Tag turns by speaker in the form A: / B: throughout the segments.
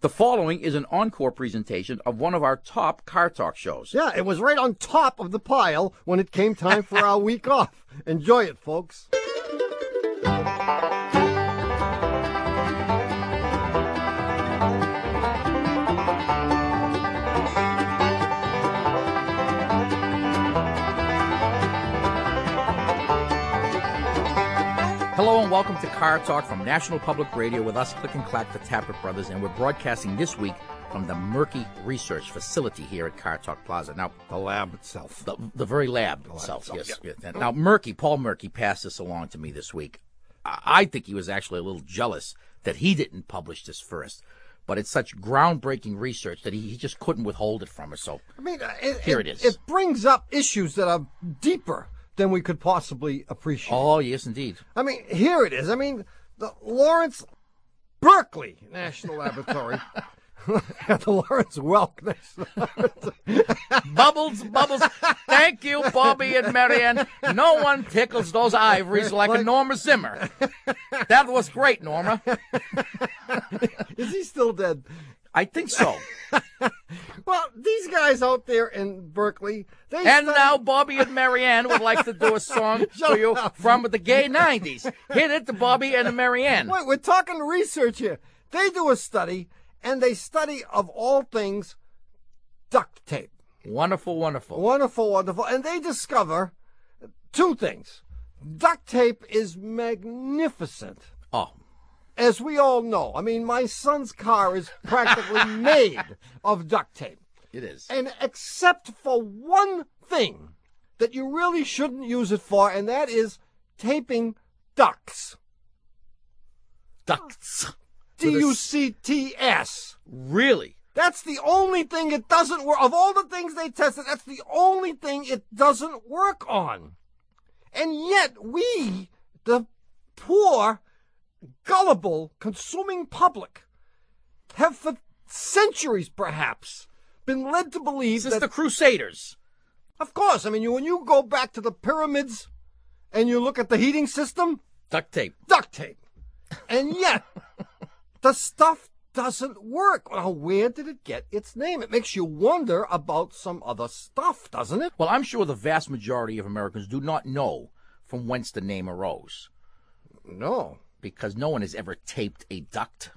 A: The following is an encore presentation of one of our top Car Talk shows.
B: Yeah, it was right on top of the pile when it came time for our week off. Enjoy it, folks.
A: Hello and welcome to Car Talk from National Public Radio with us, Click and Clack, the Tappert Brothers, and we're broadcasting this week from the Murky Research Facility here at Car Talk Plaza. Now,
B: The lab itself.
A: the, the very lab itself,
B: itself,
A: yes. yes. Now, Murky, Paul Murky passed this along to me this week. I, I think he was actually a little jealous that he didn't publish this first, but it's such groundbreaking research that he, he just couldn't withhold it from us. So,
B: I mean, uh, it,
A: Here it
B: it
A: is.
B: It brings up issues that are deeper than we could possibly appreciate.
A: oh, yes, indeed.
B: I mean, here it is. I mean, the Lawrence Berkeley National Laboratory. the Lawrence Welk National Laboratory.
A: Bubbles, bubbles. Thank you, Bobby and Marianne. No one tickles those ivories like, a Norma Zimmer. That was great, Norma.
B: is he still dead?
A: I think so.
B: Well, these guys out there in Berkeley, they
A: And
B: study-
A: now Bobby and Marianne would like to do a song for you from the gay 90s. Hit it to Bobby and Marianne.
B: Wait, we're talking research here. They do a study, and they study of all things duct tape.
A: Wonderful, wonderful.
B: Wonderful, wonderful. And they discover two things. Duct tape is magnificent,
A: Oh,
B: as we all know. I mean, my son's car is practically made of duct tape.
A: it is.
B: And except for one thing that you really shouldn't use it for, and that is taping ducts.
A: Ducts.
B: D U C T S.
A: Really?
B: That's the only thing it doesn't work. Of all the things they tested, that's the only thing it doesn't work on. And yet we, the poor, gullible, consuming public, have for centuries perhaps been led to believe
A: This is
B: that,
A: the Crusaders.
B: of course, I mean, you, when you go back to the pyramids and you look at the heating system,
A: Duct tape.
B: duct tape. And yet, the stuff doesn't work. Now, where did it get its name? It makes you wonder about some other stuff, doesn't it?
A: Well, I'm sure the vast majority of Americans do not know from whence the name arose.
B: No.
A: because no one has ever taped a duct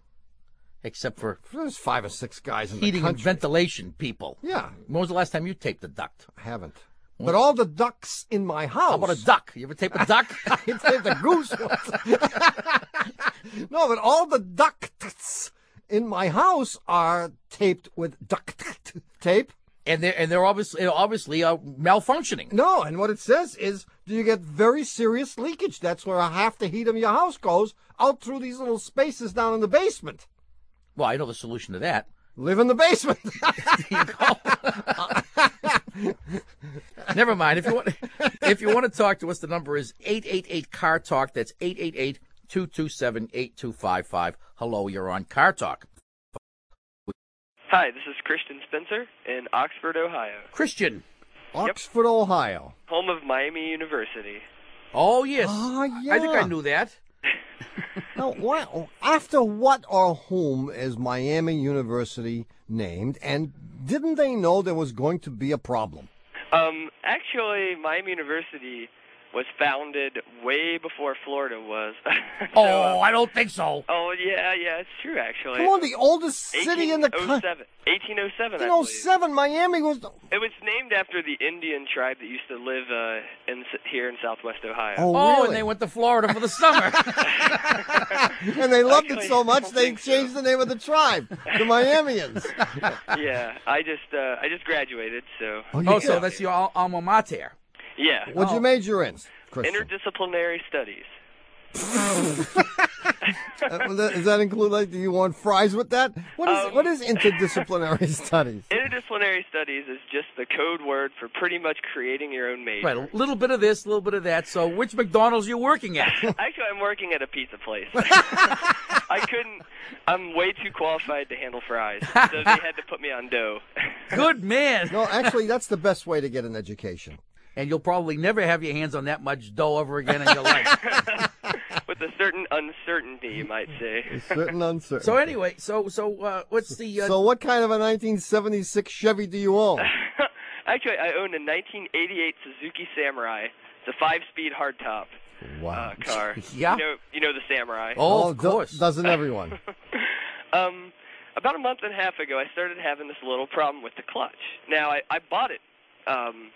A: except for
B: There's five or six guys in
A: heating
B: the
A: and
B: country.
A: ventilation people.
B: yeah,
A: When was the last time you taped a duct?
B: I haven't. But all the ducks in my house.
A: How about a duck? You ever tape a duck?
B: It's like the goose ones. no, but all the ducts in my house are taped with duct tape.
A: and they're and they're obviously obviously uh, malfunctioning.
B: No, and what it says is do you get very serious leakage? That's where half the heat of your house goes out through these little spaces down in the basement.
A: Well, I know the solution to that.
B: Live in the basement.
A: Never mind. If you want if you want to talk to us, the number is eight eight eight Car Talk. That's 888-227-8255. Hello, you're on Car Talk.
C: Hi, this is Christian Spencer in Oxford, Ohio,
A: Christian.
B: Oxford, Ohio.
C: home of Miami University.
A: Oh yes.
B: Ah,
A: I think
B: yeah.
A: I knew that.
B: Now, why, after what or whom is Miami University named? And didn't they know there was going to be a problem?
C: Um, actually, Miami University was founded way before Florida was. So, uh,
A: Oh, I don't think so.
C: oh, yeah, yeah, it's true, actually.
B: Come on, the oh oldest city in the country.
C: 1807. 1807, I
B: In
C: believe.
B: 07, Miami was. oh,
C: It was named after the Indian tribe that used to live uh, in s- here in southwest Ohio.
B: Oh,
A: Oh,
B: really?
A: and they went to Florida for the summer.
B: And they loved it
C: Actually,
B: so
C: I
B: much
C: don't
B: they
C: think so.
B: changed the name of the tribe, the Miamians.
C: Yeah, I just uh, I just graduated, so
A: Oh, so that's your Oh. al- alma mater.
C: yeah,
B: What'd you major in, Christian?
C: interdisciplinary studies.
B: Uh, well, that- does that include like? Do you want fries with that? What is
C: Um,
B: what is interdisciplinary studies?
C: Interdisciplinary studies is just the code word for pretty much creating your own major.
A: Right, a little bit of this, a little bit of that. So, which McDonald's you working at?
C: Actually, I'm working at a pizza place. I couldn't. I'm way too qualified to handle fries, so they had to put me on dough.
A: Good man.
B: No, actually, that's the best way to get an education.
A: And you'll probably never have your hands on that much dough ever again in your life.
C: With with a certain uncertainty, you might say.
B: Certain uncertain.
A: So anyway, so so uh, what's the uh,
B: so what kind of a 1976 Chevy do you own?
C: Actually, I own a 1988 Suzuki Samurai. It's a five-speed hardtop
B: Wow.
C: uh, car.
A: Yeah.
C: You know, you know the Samurai.
A: oh,
B: Oh,
A: of
B: do-
A: course.
B: doesn't everyone?
C: Um, about a month and a half ago, I started having this little problem with the clutch. Now, I, I bought it um,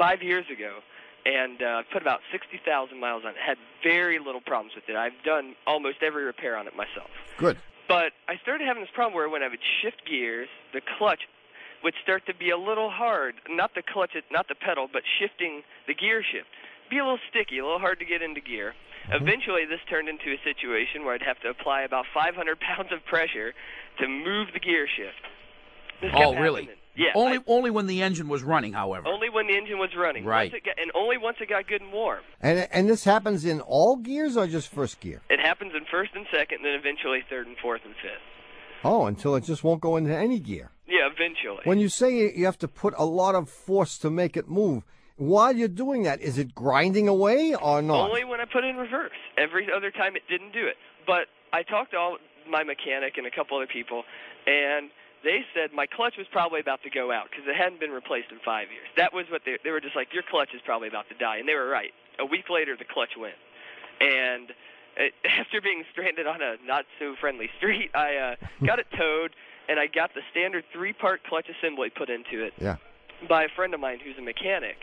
C: five years ago and uh, put about 60,000 miles on it. Had very little problems with it. I've done almost every repair on it myself.
B: Good.
C: But I started having this problem where when I would shift gears, the clutch would start to be a little hard. Not the clutch, not the pedal, but shifting the gear shift. Be a little sticky, a little hard to get into gear.
A: Mm-hmm.
C: Eventually, this turned into a situation where I'd have to apply about 500 pounds of pressure to move the gear shift. This kept
A: oh, really?
C: happening. Yeah.
A: Only
C: I-
A: only when the engine was running, however.
C: only when the engine was running.
A: Right.
C: Once it got, and only once it got good and warm.
B: And and this happens in all gears or just first gear?
C: It happens in first and second, and then eventually third and fourth and fifth.
B: Oh, until it just won't go into any gear.
C: Yeah, eventually.
B: When you say you have to put a lot of force to make it move, while you're doing that, is it grinding away or not?
C: Only when I put it in reverse. Every other time it didn't do it. But I talked to all my mechanic and a couple other people, and they said my clutch was probably about to go out because it hadn't been replaced in five years. That was what they they were just like your clutch is probably about to die, and they were right. A week later, the clutch went, and it, after being stranded on a not so friendly street, I uh, got it towed, and I got the standard three part clutch assembly put into it
B: yeah.
C: by a friend of mine who's a mechanic.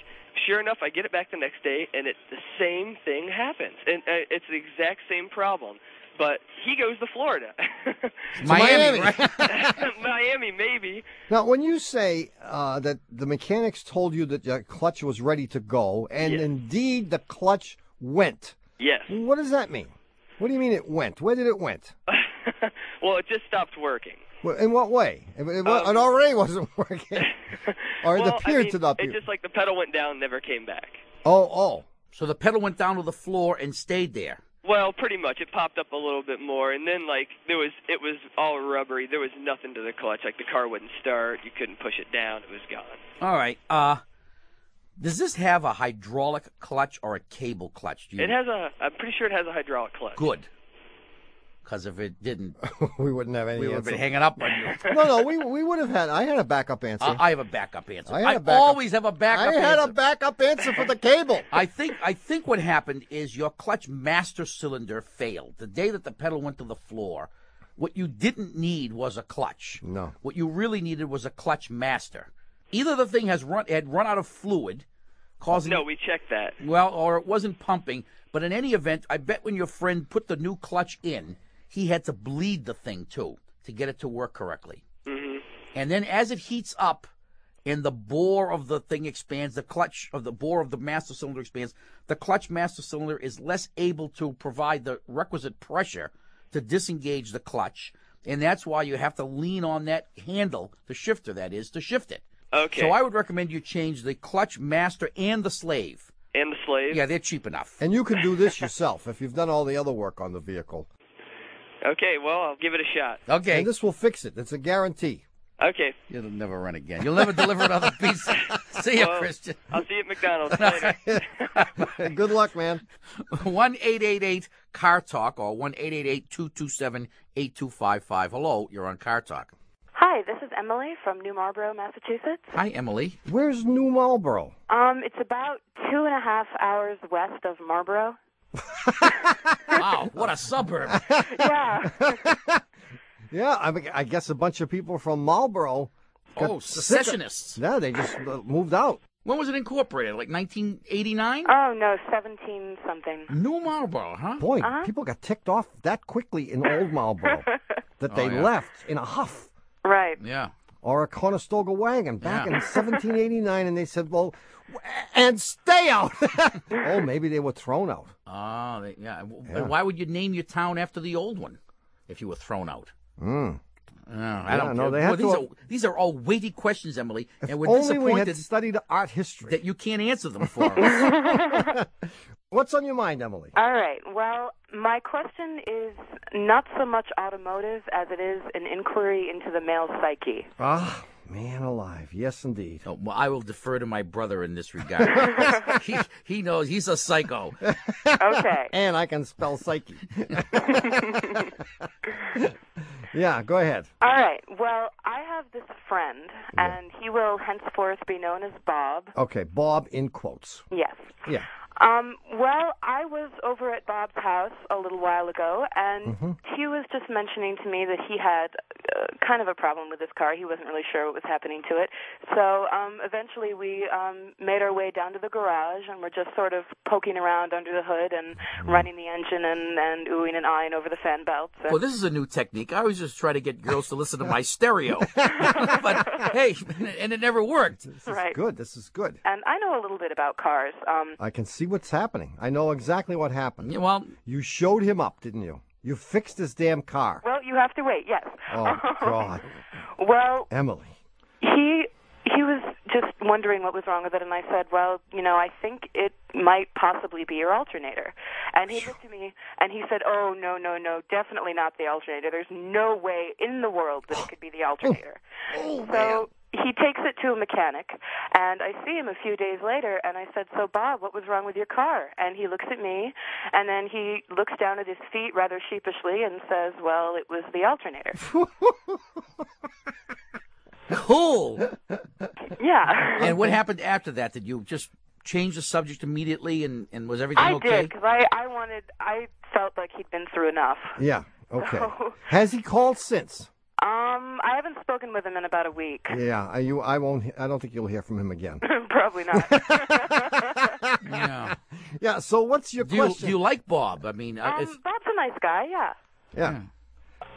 C: Sure enough, I get it back the next day, and it the same thing happens, and uh, it's the exact same problem. But he goes to Florida,
B: Miami.
A: Miami, right?
C: Miami maybe.
B: Now, when you say uh, that the mechanics told you that your clutch was ready to go, and
C: Yes.
B: indeed the clutch went,
C: Yes.
B: what does that mean? What do you mean it went? Where did it went?
C: well, it just stopped working.
B: Well, In what way? It, it, wa-
C: Um,
B: it already wasn't working. Or it
C: well,
B: appeared
C: I mean,
B: to not be.
C: It just like the pedal went down, never came back.
B: oh, oh.
A: so the pedal went down to the floor and stayed there.
C: Well, pretty much. It popped up a little bit more, and then like there was, it was all rubbery. There was nothing to the clutch. Like the car wouldn't start. You couldn't push it down. It was gone.
A: All right. Uh, does this have a hydraulic clutch or a cable clutch? Do you-
C: It has a. I'm pretty sure it has a hydraulic clutch.
A: good. Because if it didn't,
B: we wouldn't have any
A: we would have
B: answer.
A: been hanging up on you.
B: no, no, we, we would have had. I had a backup answer.
A: Uh, I have a backup answer.
B: I
A: I,
B: had a backup-
A: always have a backup
B: I had
A: answer.
B: a backup answer for the cable.
A: I think I think what happened is your clutch master cylinder failed. The day that the pedal went to the floor, what you didn't need was a clutch.
B: No.
A: What you really needed was a clutch master. Either the thing has run had run out of fluid, causing
C: No, we checked that.
A: well, or it wasn't pumping. But in any event, I bet when your friend put the new clutch in, he had to bleed the thing too to get it to work correctly.
D: Mm-hmm.
A: And then as it heats up and the bore of the thing expands, the clutch of the bore of the master cylinder expands, the clutch master cylinder is less able to provide the requisite pressure to disengage the clutch. And that's why you have to lean on that handle, the shifter that is, to shift it.
C: Okay.
A: So I would recommend you change the clutch master and the slave.
C: And the slave.
A: Yeah, they're cheap enough.
B: And you can do this yourself if you've done all the other work on the vehicle.
C: Okay, well, I'll give it a shot.
A: Okay.
B: And this will fix it. It's a guarantee.
C: Okay.
A: You'll never run again. You'll never deliver another pizza. See you,
C: Well,
A: Christian.
C: I'll see you at McDonald's later.
B: Good luck, man.
A: One eight eight eight Car Talk or 1 227 8255. Hello, you're on Car Talk.
E: Hi, this is Emily from New Marlborough, Massachusetts.
A: Hi, Emily.
B: Where's New Marlboro?
E: Um, it's about two and a half hours west of Marlborough.
A: Wow, Oh, what a suburb.
E: Yeah,
B: Yeah, I, mean, I guess a bunch of people from Marlboro.
A: Oh, secessionists.
B: Yeah, they just uh, moved out.
A: When was it incorporated? Like 1989?
E: oh no, seventeen something.
A: New Marlboro, huh?
B: Boy, people got ticked off that quickly in Old Marlboro that they
A: Oh, yeah.
B: left in a huff
E: Right.
A: Yeah.
B: or a Conestoga wagon back in
A: Yeah.
B: 1789, and they said, "Well, w- and stay out." oh, maybe they were thrown out.
A: Oh, they, yeah. W- Why would you name your town after the old one if you were thrown out? Mm. I don't
B: Hmm. no,
A: know.
B: they have
A: these,
B: to-
A: are, these are all weighty questions, Emily, and we're
B: Only we
A: disappointed
B: had studied art history.
A: that you can't answer them for us.
B: What's on your mind, Emily?
E: All right. Well, my question is not so much automotive as it is an inquiry into the male psyche.
B: Ah, Man alive. Yes, indeed.
A: No, Oh, well, I will defer to my brother in this regard. he, he knows he's a psycho.
E: Okay.
B: And I can spell psyche. yeah, go ahead.
E: All right. Well, I have this friend, and he will henceforth be known as Bob.
B: Okay, Bob in quotes.
E: Yes.
B: Yeah.
E: Um, well, I was over at Bob's house a little while ago,
B: Mm-hmm.
E: and he was just mentioning to me that he had uh, kind of a problem with his car. He wasn't really sure what was happening to it. So um, eventually we um, made our way down to the garage, and we're just sort of poking around under the hood and running the engine and, and oohing and eyeing over the fan belts. And,
A: Well, this is a new technique. I always just try to get girls to listen to my stereo. but hey, and it never worked.
B: This is
E: Right.
B: good. This is good.
E: and I know a little bit about cars. Um,
B: I can see what's happening. I know exactly what happened.
A: Yeah, Well,
B: You showed him up, didn't you? You fixed his damn car.
E: well, you have to wait, yes.
B: Oh, God.
E: Well,
B: Emily.
E: he he was just wondering what was wrong with it and i said well you know i think it might possibly be your alternator and he looked at me and he said oh no no no definitely not the alternator there's no way in the world that it could be the alternator so he takes it to a mechanic and i see him a few days later and i said so bob what was wrong with your car and he looks at me and then he looks down at his feet rather sheepishly and says well it was the alternator
A: cool.
E: yeah
A: And what happened after that? Did you just change the subject immediately and, and was everything
E: I did, 'cause
A: okay?
E: I I wanted I felt like he'd been through enough.
B: Yeah, okay.
E: So-
B: Has he called since?
E: Um, I haven't spoken with him in about a week.
B: Yeah, I, you, I won't. he- I don't think you'll hear from him again.
E: Probably not.
A: Yeah.
B: Yeah. So what's your
A: Do you,
B: question?
A: do you like Bob? I mean, uh, it's,
E: um, Bob's a nice guy, yeah.
B: yeah.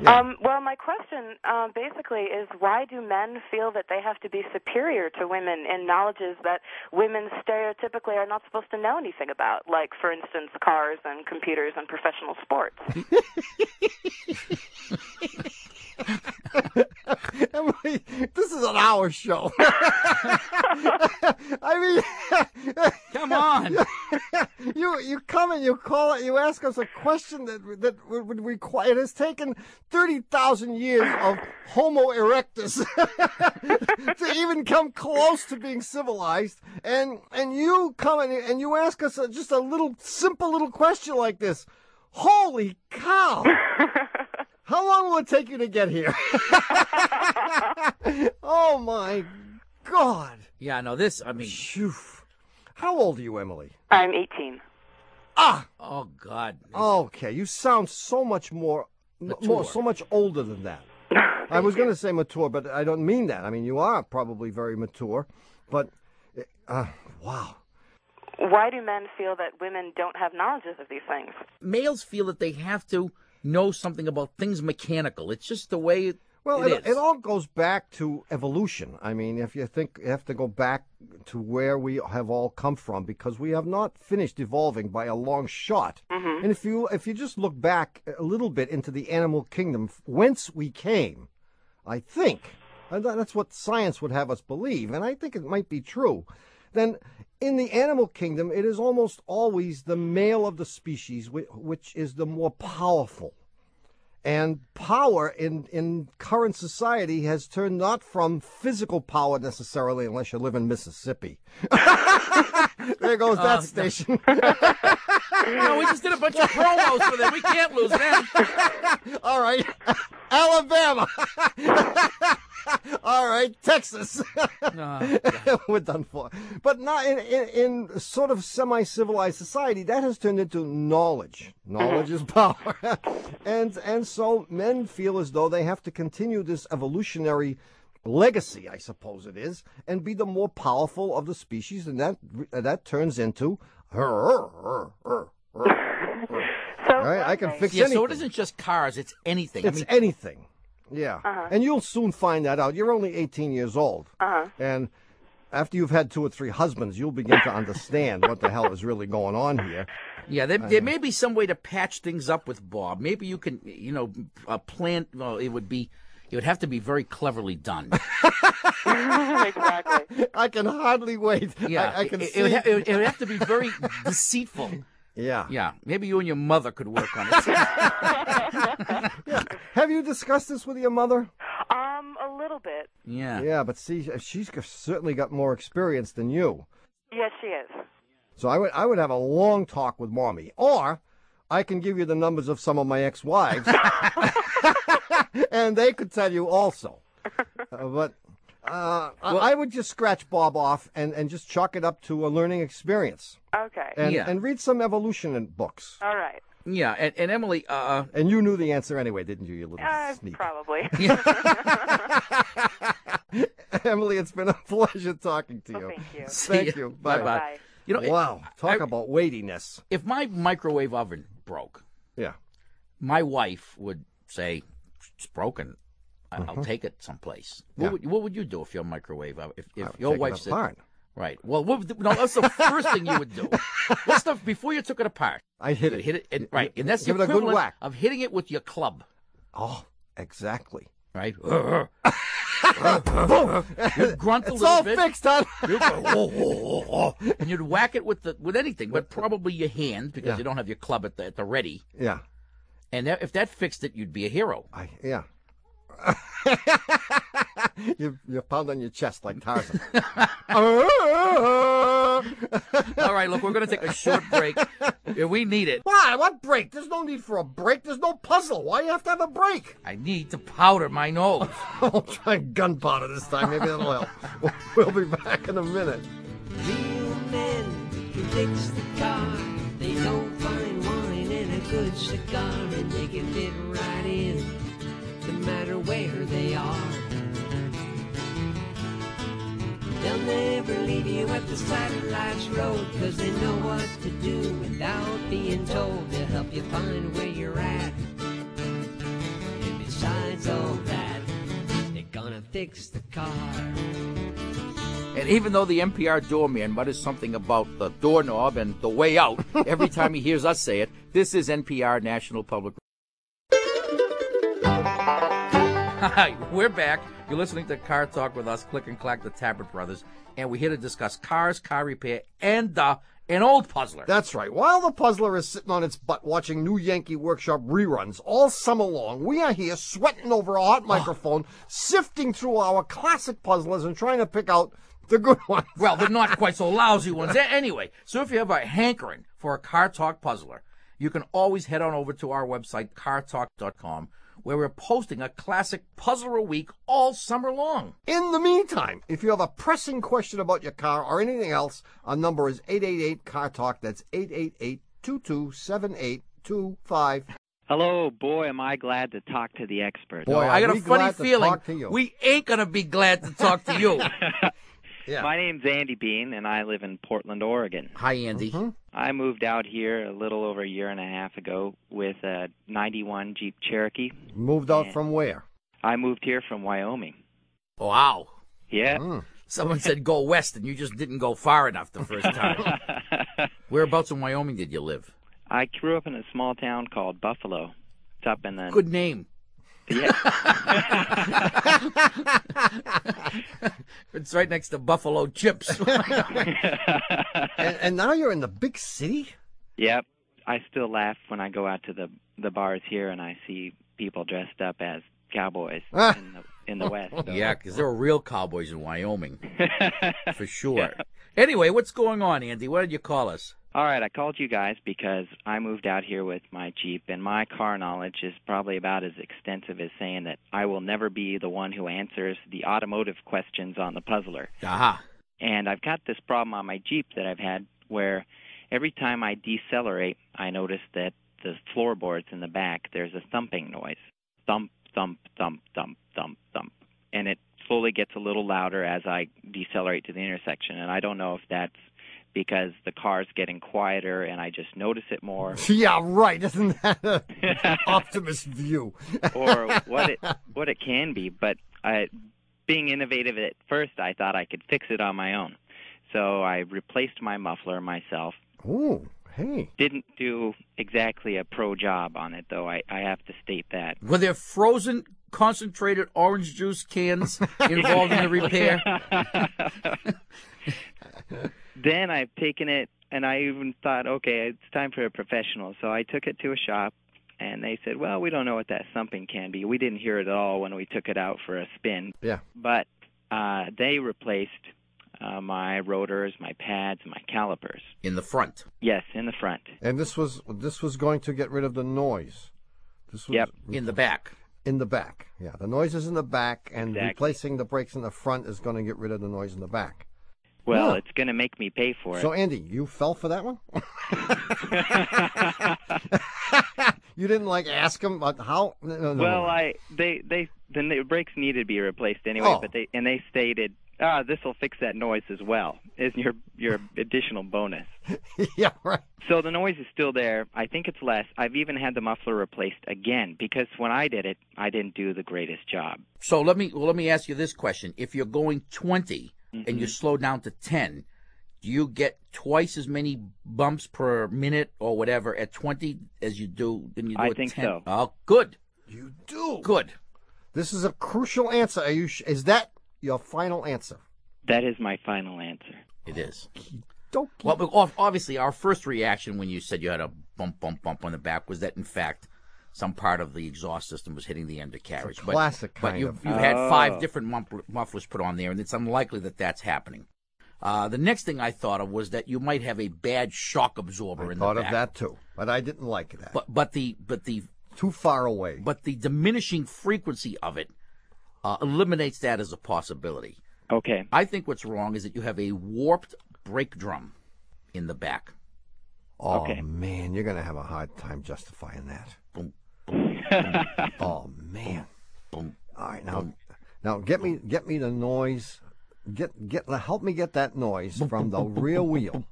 B: Yeah.
E: Um, well, my question um, basically is why do men feel that they have to be superior to women in knowledges that women stereotypically are not supposed to know anything about, like, for instance, cars and computers and professional sports?
B: Emily, this is an hour show. I mean,
A: come on.
B: you you come and you call it. You ask us a question that that would, would require. It has taken thirty thousand years of Homo erectus to even come close to being civilized. And and you come and, and you ask us a, just a little simple little question like this. Holy cow! How long will it take you to get here? oh my God!
A: Yeah, no, this, I mean,
B: Phew. How old are you, Emily?
E: I'm 18.
B: Ah.
A: oh, God.
B: Okay, you sound so much more, m- more
A: Mature.
B: so much older than that. I was going to say mature, but I don't mean that. I mean you are probably very mature, but uh, wow.
E: Why do men feel that women don't have knowledges of these things?
A: Males feel that they have to know something about things mechanical. It's just the way it,
B: Well,
A: it
B: it,
A: is.
B: it all goes back to evolution. I mean, if you think you have to go back to where we have all come from, because we have not finished evolving by a long shot. And if you if you just look back a little bit into the animal kingdom, f- whence we came, I think and that- that's what science would have us believe, and I think it might be true. Then, in the animal kingdom, it is almost always the male of the species whi- which is the more powerful and power in in current society has turned not from physical power necessarily unless you live in mississippi there goes that station
A: No, we just did a bunch of promos for them. We can't lose them.
B: all right alabama all right texas
A: Oh, No.
B: we're done for but not in, in in sort of semi-civilized society that has turned into knowledge knowledge is
A: Mm-hmm.
B: power and and so men feel as though they have to continue this evolutionary legacy i suppose it is and be the more powerful of the species and that that turns into
E: So
B: All right, I can
E: okay.
B: fix
A: Yeah,
B: anything.
A: so it isn't just cars, it's anything.
B: It's
A: I mean,
B: anything. Yeah. And you'll soon find that out. You're only 18 years old. Uh-huh. And after you've had two or three husbands, you'll begin to understand what the hell is really going on here.
A: yeah, there, there may be some way to patch things up with Bob. Maybe you can, you know, uh, plan. Well, it would be, it would have to be very cleverly done.
E: exactly.
B: I can hardly wait.
A: Yeah,
B: I, I can
A: it,
B: see.
A: It would, ha- it would- it would have to be very deceitful.
B: yeah.
A: Yeah, maybe you and your mother could work on it.
B: Have you discussed this with your mother?
E: Um, a little bit.
A: Yeah.
B: Yeah, but see, she's g- certainly got more experience than you.
E: Yes, she is.
B: So I would I would have a long talk with mommy, or I can give you the numbers of some of my ex wives, and they could tell you also. Uh, but uh, I- I would just scratch Bob off and, and just chalk it up to a learning experience,
E: Okay.
B: and
A: Yeah.
B: and read some evolution in books.
E: All right.
A: Yeah. And, and Emily, uh,
B: And you knew the answer anyway, didn't you? You little
E: Uh,
B: sneak.
E: probably.
B: Emily, it's been a pleasure talking to you.
E: Thank you.
A: see
B: Thank
A: ya.
B: you. Bye
A: Bye-bye.
E: Bye.
A: you know,
B: Wow, talk
A: I-
B: about weightiness.
A: if my microwave oven broke,
B: Yeah.
A: my wife would say, "It's broken. I- I'll take it someplace."
B: Mm-hmm.
A: What,
B: Yeah.
A: would, what would you do if your microwave oven, if, if your
B: Take it
A: wife said,
B: apart.
A: "Right"? Well, what, would- no, that's the first thing you would do. That's the before you took it apart.
B: I hit
A: You
B: it.
A: hit it and, right, and that's
B: Give
A: the
B: it a good
A: equivalent
B: whack.
A: of hitting it with your club.
B: Oh, exactly.
A: Right, you'd grunt a
B: It's
A: little
B: all
A: bit,
B: fixed, hon.
A: you'd go, "Oh, oh, oh, oh," and you'd whack it with the with anything, but probably your hand because
B: Yeah.
A: you don't have your club at the at the ready.
B: yeah,
A: And that, if that fixed it, you'd be a hero.
B: I yeah. you you pound on your chest like Tarzan.
A: All right, look, we're going to take a short break. Yeah, we need it.
B: Why? What break? There's no need for a break. There's no puzzle. Why you have to have a break?
A: I need to powder my nose.
B: I'll try gunpowder this time. Maybe that'll help. We'll be back in a minute.
F: Real men can fix the car. They don't find wine and a good cigar, and they can fit right in, no matter where they are. They'll never leave you at the side of life's road, cause they know what to do without being told. They'll help you find where you're at. And besides all that, they're gonna fix the car.
A: And even though the NPR doorman mutters something about the doorknob and the way out every time he hears us say it, this is NPR National Public. Hi, we're back. You're listening to Car Talk with us, Click and Clack, the Tappert Brothers, and we're here to discuss cars, car repair, and uh, an old puzzler.
B: That's right. While the puzzler is sitting on its butt watching new Yankee Workshop reruns all summer long, we are here sweating over a hot microphone, sifting through our classic puzzlers and trying to pick out the good ones.
A: Well, they're not quite so lousy ones. A- Anyway, so if you have a hankering for a Car Talk puzzler, you can always head on over to our website, cartalk.com, where we're posting a classic puzzler a week all summer long.
B: In the meantime, if you have a pressing question about your car or anything else, our number is 888 Car Talk. That's 888 227
G: Hello, boy, am I glad to talk to the expert.
B: Boy,
A: Oh, I
B: are
A: got a
B: we
A: funny
B: glad to
A: feeling
B: talk to you.
A: we ain't going to be glad to talk to you.
B: Yeah.
G: My name's Andy Bean, and I live in Portland, Oregon.
A: Hi, Andy.
G: I moved out here a little over a year and a half ago with a 91 Jeep Cherokee.
B: Moved out from where? Oh,
G: I moved here from Wyoming.
A: Wow.
G: Yeah.
B: Mm.
A: Someone said go west, and you just didn't go far enough the first time. Whereabouts in Wyoming did you live?
G: I grew up in a small town called Buffalo. It's up in the
A: Good name. It's right next to Buffalo Chips.
B: And, and now you're in the big city?
G: Yep. I still laugh when I go out to the the bars here and I see people dressed up as cowboys in the
B: Oh,
G: in the West.
A: Yeah, because there are real cowboys in Wyoming, for sure. Anyway, what's going on, Andy? What did you call us?
G: All right, I called you guys because I moved out here with my Jeep, and my car knowledge is probably about as extensive as saying that I will never be the one who answers the automotive questions on the puzzler.
A: Aha.
G: And I've got this problem on my Jeep that I've had where every time I decelerate, I notice that the floorboards in the back, there's a thumping noise thump, thump, thump, thump, thump, thump. And it slowly gets a little louder as I decelerate to the intersection. And I don't know if that's because the car's getting quieter and I just notice it more
B: Yeah, right. Isn't that an optimist view?
G: or what it what it can be. But I, being innovative at first, I thought I could fix it on my own. So I replaced my muffler myself.
B: Ooh, hey.
G: Didn't do exactly a pro job on it, though. I, I have to state that.
A: Were there frozen concentrated orange juice cans involved in the repair?
G: Then I've taken it, and I even thought, okay, it's time for a professional. So I took it to a shop, and they said, "Well, we don't know what that thumping can be. We didn't hear it at all when we took it out for a spin."
B: Yeah.
G: But uh, they replaced uh, my rotors, my pads, my calipers.
A: in the front.
G: Yes, in the front.
B: And this was this was going to get rid of the noise. This was
G: Yep.
A: In the back.
B: in the back. Yeah, the noise is in the back, and
G: Exactly.
B: replacing the brakes in the front is going to get rid of the noise in the back.
G: Well,
B: Yeah.
G: it's going to make me pay for it.
B: So, Andy, you fell for that one. you didn't like ask him about how. No, no, no,
G: well,
B: no.
G: I they they then the brakes needed to be replaced anyway,
B: Oh.
G: but they and they stated, "Ah, this will fix that noise as well. Is your your additional bonus."
B: yeah, right.
G: So the noise is still there. I think it's less. I've even had the muffler replaced again because when I did it, I didn't do the greatest job.
A: So let me well, let me ask you this question: If you're going 20 and
G: Mm-hmm.
A: you slow down to ten, do you get twice as many bumps per minute or whatever at twenty as you do than you do
G: I
A: at
G: think
A: 10?
G: so.
A: Oh, good,
B: You do.
A: good.
B: This is a crucial answer. Are you? Sh- is that your final answer?
G: That is my final answer.
A: It is.
B: Don't.
A: Well, but ob- obviously, our first reaction when you said you had a bump, bump, bump on the back was that in fact some part of the exhaust system was hitting the undercarriage. But-
B: classic
A: but
B: kind
A: you've,
B: of-
A: you've had five
G: Oh.
A: different muff- mufflers put on there, and it's unlikely that that's happening. Uh, the next thing I thought of was that you might have a bad shock absorber
B: I
A: in
B: thought
A: the
B: of
A: back.
B: that too, but I didn't like that.
A: But but the but the
B: too far away.
A: but the diminishing frequency of it uh, eliminates that as a possibility.
G: Okay.
A: I think what's wrong is that you have a warped brake drum in the back.
B: oh
G: okay.
B: man, you're gonna have a hard time justifying that.
A: Boom,
B: oh man.
A: boom.
B: All right, now, now get me get me the noise. Get get help me get that noise from the rear wheel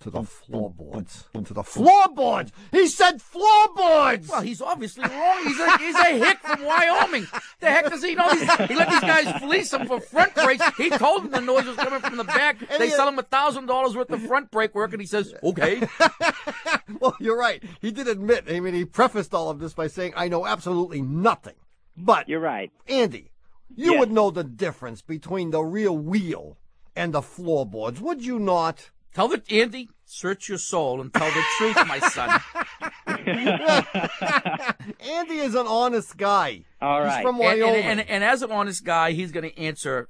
B: to the floorboards to the floorboards. He said floorboards.
A: Well, he's obviously wrong. He's a, he's a hick from Wyoming. The heck does he know? He's, he let these guys fleece him for front brakes. He told them the noise was coming from the back. They sell him a thousand dollars worth of front brake work, and he says, "Okay."
B: Well, you're right. He did admit. I mean, he prefaced all of this by saying, "I know absolutely nothing." But
G: You're right.
B: Andy, you
G: Yes.
B: would know the difference between the rear wheel and the floorboards, would you not?
A: Tell the Andy, search your soul and tell the truth, my son.
B: Andy is an honest guy.
G: All
B: He's
G: right.
B: from
A: And,
B: Wyoming.
A: and, and, and as an honest guy, he's going to answer.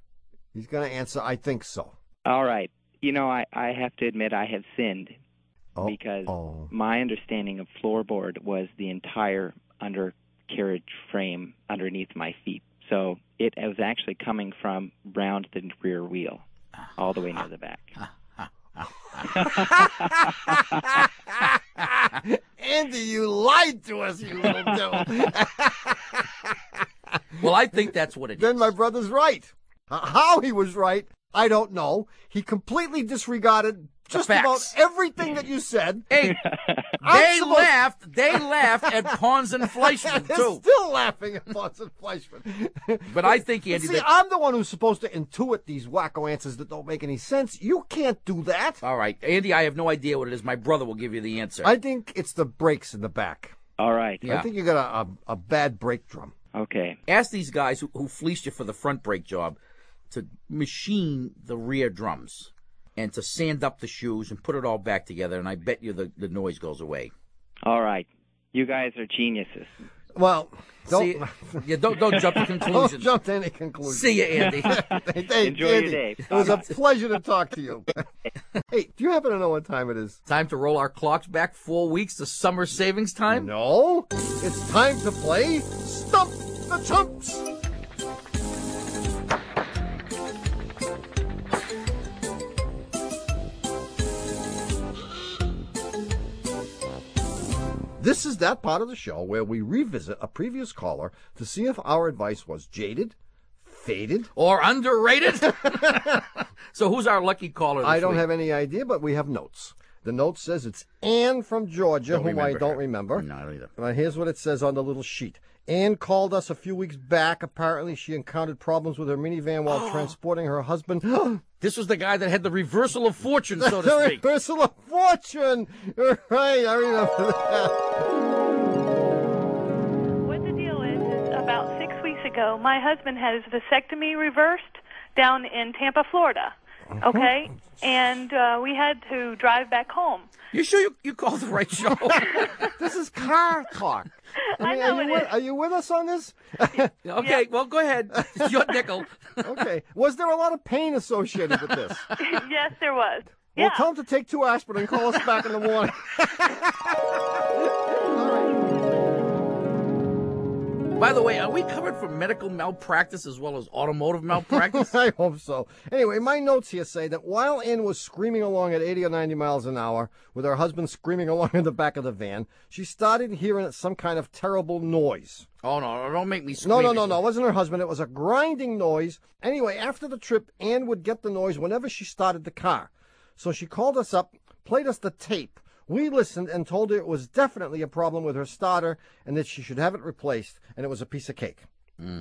B: He's going to answer, "I think so."
G: All right. You know, I, I have to admit I have sinned
B: Oh,
G: because
B: oh.
G: my understanding of floorboard was the entire undercarriage frame underneath my feet. So it was actually coming from round the rear wheel all the way near the back.
B: Andy, you lied to us, you little devil.
A: Well, I think that's what it is.
B: then my brother's right. H- How he was right, I don't know. He completely disregarded just about
A: facts.
B: everything that you said.
A: Hey, they
B: I'm supposed-
A: laughed. They laughed at Pons and Fleischman
B: They're
A: too.
B: still laughing at Boston Fleischman.
A: But I think Andy.
B: See,
A: that-
B: I'm the one who's supposed to intuit these wacko answers that don't make any sense. You can't do that.
A: all right, Andy, I have no idea what it is. My brother will give you the answer.
B: I think it's the brakes in the back.
G: All right.
A: Yeah.
B: I think you got a, a, a bad brake drum.
G: Okay.
A: ask these guys who, who fleeced you for the front brake job to machine the rear drums and to sand up the shoes and put it all back together and i bet you the, the noise goes away
G: All right. You guys are geniuses.
B: Well,
A: See,
B: don't,
A: yeah, don't, don't jump to
B: don't
A: conclusions
B: jump to any conclusions.
A: see you andy
B: Hey,
G: Enjoy your
B: Andy,
G: day.
B: It was a pleasure to talk to you. hey, do you happen to know what time it is?
A: time to roll our clocks back four weeks to summer savings time
B: No. It's time to play Stump the Chumps. This is that part of the show where we revisit a previous caller to see if our advice was jaded, faded.
A: or underrated so who's our lucky caller this
B: I don't
A: week?
B: have any idea, but we have notes. The note says it's Anne from Georgia,
A: Don't
B: whom I
A: remember
B: don't
A: her.
B: remember.
A: no i don't either
B: Well, here's what it says on the little sheet. Anne called us a few weeks back. Apparently, she encountered problems with her minivan while transporting her husband.
A: this was the guy that had the reversal of fortune so to
B: Very
A: speak
B: reversal of fortune. Right, I remember that.
H: What the deal is, is about six weeks ago, my husband had his vasectomy reversed down in Tampa, Florida.
B: Uh-huh.
H: Okay, and uh, we had to drive back home.
A: You sure you, you called the right show?
B: This is car talk. I, mean,
H: know
B: are, you
H: it
B: with,
H: is.
B: are you with us on this?
A: okay, well, go ahead. It's your nickel.
B: okay. Was there a lot of pain associated with this?
H: yes, there was.
B: Well,
H: Yeah.
B: tell him to take two aspirin and call us back in the morning.
A: By the way, are we covered for medical malpractice as well as automotive malpractice?
B: I hope so. Anyway, my notes here say that while Ann was screaming along at 80 or 90 miles an hour, with her husband screaming along in the back of the van, she started hearing some kind of terrible noise.
A: oh, no, no, don't make me scream.
B: No, no, no, no. It wasn't her husband. It was a grinding noise. Anyway, after the trip, Ann would get the noise whenever she started the car. So she called us up, played us the tape. We listened and told her it was definitely a problem with her starter and that she should have it replaced, and it was a piece of cake.
A: Hmm.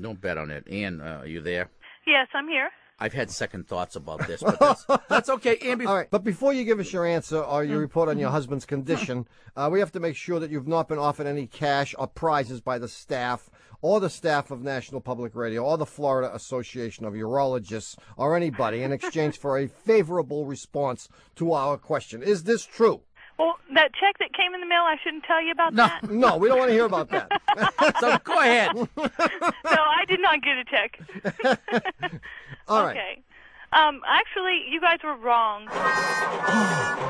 A: Don't bet on it. Ann, uh, are you there?
H: Yes, I'm here.
A: I've had second thoughts about this, but that's, that's okay. Mm. Ann, be-
B: All right, but before you give us your answer or your report on your husband's condition, uh, we have to make sure that you've not been offered any cash or prizes by the staff or the staff of National Public Radio or the Florida Association of Urologists or anybody in exchange for a favorable response to our question. Is this true?
H: Well, that check that came in the mail, I shouldn't tell you about
A: No.
H: that.
B: No, we don't want to hear about that.
A: so go ahead.
H: No, I did not get a check.
B: All right.
H: Okay. Um, actually, you guys were wrong.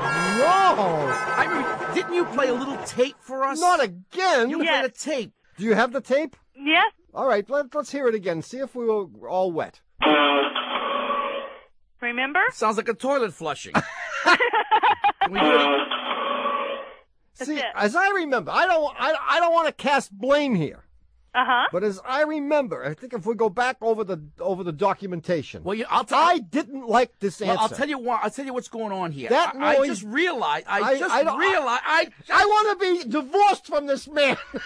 B: No,
A: I mean, didn't you play a little tape for us?
B: not again.
A: You
H: Yes.
A: played a tape.
B: Do you have the tape?
H: Yes,
B: All right, let, let's hear it again. See if we were all wet.
H: remember?
A: Sounds like a toilet flushing. Can we do it?
B: See,
H: it.
B: as I remember, I don't, I, I don't want to cast blame here.
H: Uh huh.
B: But as I remember, I think if we go back over the over the documentation,
A: Well, you, I'll tell.
B: I didn't like this answer.
A: well, I'll tell you why. I'll tell you what's going on here.
B: That
A: I, I
B: noise-
A: just realized. I,
B: I-
A: just
B: I don't- I-
A: realized. I,
B: I want to be divorced from this man.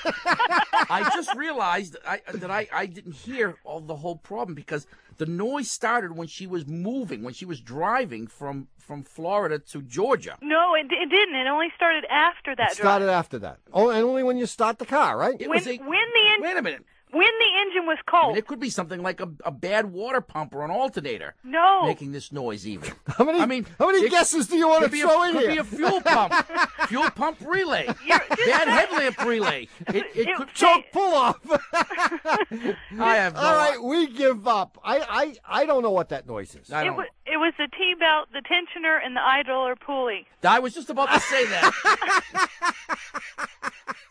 A: I just realized that I, that I, I didn't hear all the whole problem because the noise started when she was moving, when she was driving from, from Florida to Georgia.
H: No, it, it didn't. It only started after that drive.
B: Started after that. Oh, and only when you start the car, right?
A: It
H: When,
A: was a,
H: when the en-
A: wait a minute.
H: when the engine was
A: I mean,
H: cold.
A: it could be something like a, a bad water pump or an alternator
H: no.
A: making this noise, even.
B: How many?
A: I mean,
B: how many
A: it
B: guesses do you want to
A: Could be, a,
B: throw in
A: could
B: here?
A: be a fuel pump, fuel pump relay, bad headlamp relay. It, it,
H: It-
A: could.
B: Choke pull off.
A: I have no.
B: All right, we give up. I, I I don't know what that noise is.
A: I
H: It
A: don't.
H: was, it was the T belt, the tensioner, and the idler or pulley.
A: I was just about to say that.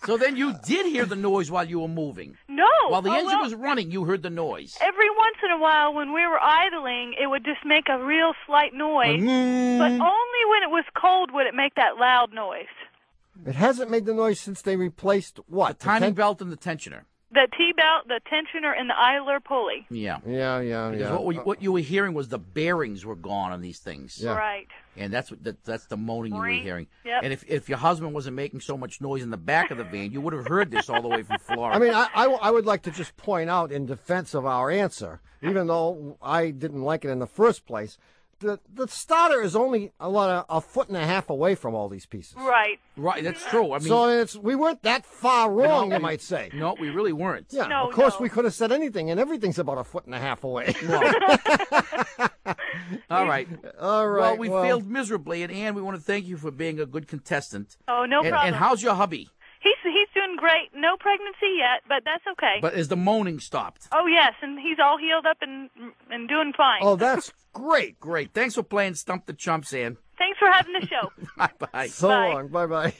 A: so then you did hear the noise while you were moving.
H: No.
A: While the
H: Oh,
A: engine
H: well, Eh.
A: was running, you heard the noise.
H: Every once in a while, when we were idling, it would just make a real slight noise.
A: Mm-hmm.
H: But only when it was cold would it make that loud noise.
B: It hasn't made the noise since they replaced what?
A: Timing
B: ten-
A: belt and the tensioner.
H: The T belt, the tensioner, and the idler pulley.
A: Yeah.
B: Yeah, yeah,
A: Because
B: yeah.
A: what, we, what you were hearing was the bearings were gone on these things.
B: Yeah.
H: Right.
A: And that's what that, that's the moaning you were
H: Boing.
A: hearing.
H: Yep.
A: And if, if your husband wasn't making so much noise in the back of the van, you would have heard this all the way from Florida.
B: I mean, I, I, I would like to just point out in defense of our answer, even though I didn't like it in the first place, the, the starter is only a, lot of, a foot and a half away from all these pieces.
H: Right.
A: right, that's true. I mean,
B: so it's, we weren't that far wrong,
A: we-
B: you might say.
A: no, we really weren't.
B: yeah,
H: No,
B: of course
H: no.
B: we could have said anything, and everything's about a foot and a half away.
A: All right.
B: all right.
A: Well, we failed miserably. And Ann, we want to thank you for being a good contestant.
H: Oh, no
A: and,
H: problem.
A: and how's your hubby?
H: he's he's doing great. No pregnancy yet, but that's okay.
A: But is the moaning stopped?
H: oh yes, and he's all healed up and and doing fine.
B: Oh, that's great.
A: Great. Thanks for playing Stump the Chumps, Ann.
H: Thanks for having the show.
A: Bye bye.
B: So
H: Bye.
B: long. Bye bye.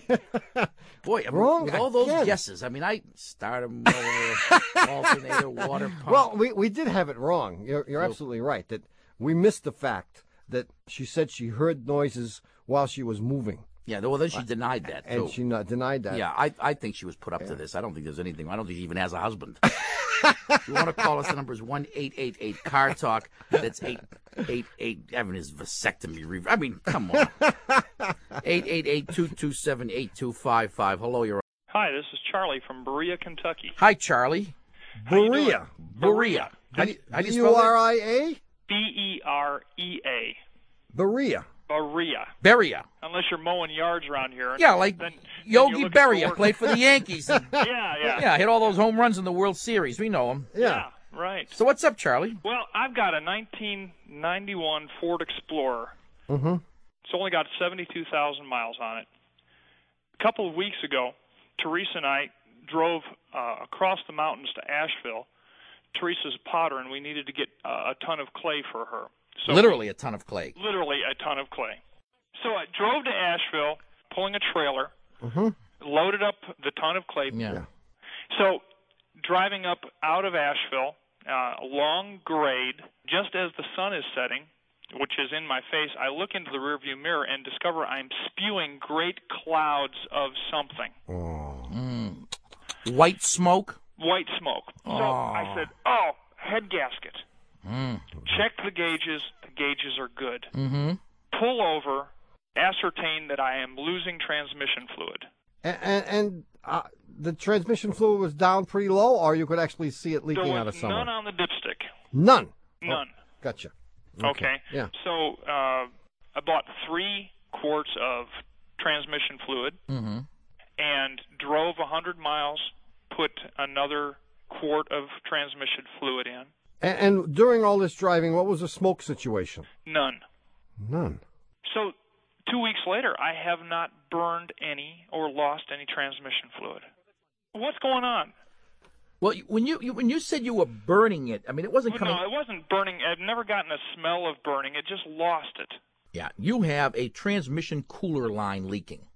A: Boy, I mean,
B: Wrong
A: with all those
B: again.
A: guesses, I mean, I started motor, alternator, water pump.
B: well, we, we did have it wrong. You're, you're absolutely right that we missed the fact that she said she heard noises while she was moving.
A: yeah, well, then she denied that,
B: And
A: too.
B: she not denied that.
A: yeah, I, I think she was put up to this. I don't think there's anything. I don't think she even has a husband. if you want to call us, the number is one eight eight eight Car Talk. That's 888 having his vasectomy. Re- I mean, come on. 888 227 8255. Hello, you're on.
I: Hi, this is Charlie from Berea, Kentucky.
A: Hi, Charlie.
I: How you doing?
B: Berea.
A: Berea. How do you, how do you spell that?
B: B-U-R-I-A?
I: B E R E A.
B: Berea.
I: Berea.
A: Beria.
I: Unless you're mowing yards around here.
A: Yeah, like
I: Then- then
A: Yogi
I: you're looking
A: Berra
I: for-
A: played for the Yankees.
I: Yeah, yeah.
A: yeah, hit all those home runs in the World Series. We know him.
B: Yeah.
I: Yeah, right.
A: So what's up, Charlie?
I: Well, I've got a 1991 Ford Explorer.
B: Mm-hmm.
I: It's only got 72,000 miles on it. A couple of weeks ago, Teresa and I drove uh, across the mountains to Asheville. Teresa's a potter, and we needed to get uh, a ton of clay for her. So
A: Literally a ton of clay.
I: literally a ton of clay. So I drove to Asheville, pulling a trailer,
B: Mm-hmm.
I: loaded up the ton of clay.
A: Yeah.
I: So driving up out of Asheville, uh, long grade, just as the sun is setting, which is in my face, I look into the rearview mirror and discover I'm spewing great clouds of something.
B: Oh.
A: Mm. White smoke.
I: white smoke. So I said, "Oh, head gasket.
A: Mm.
I: Check the gauges. The gauges are good.
A: Mm-hmm.
I: Pull over. Ascertain that I am losing transmission fluid.
B: And, and, and uh, the transmission fluid was down pretty low, or you could actually see it leaking
I: there was
B: out of Oh, somewhere.
I: none on the dipstick.
B: None.
I: None.
B: Gotcha.
I: okay.
B: Yeah.
I: So uh, I bought three quarts of transmission fluid
A: Mm-hmm.
I: and drove 100 miles. Put another quart of transmission fluid in.
B: And, and during all this driving, what was the smoke situation?
I: None.
B: None.
I: So two weeks later, I have not burned any or lost any transmission fluid. What's going on?
A: Well, you- when you, you when you said you were burning it, I mean it wasn't
I: Well,
A: coming.
I: no, it wasn't burning. I've never gotten a smell of burning. It just lost it.
A: Yeah, you have a transmission cooler line leaking.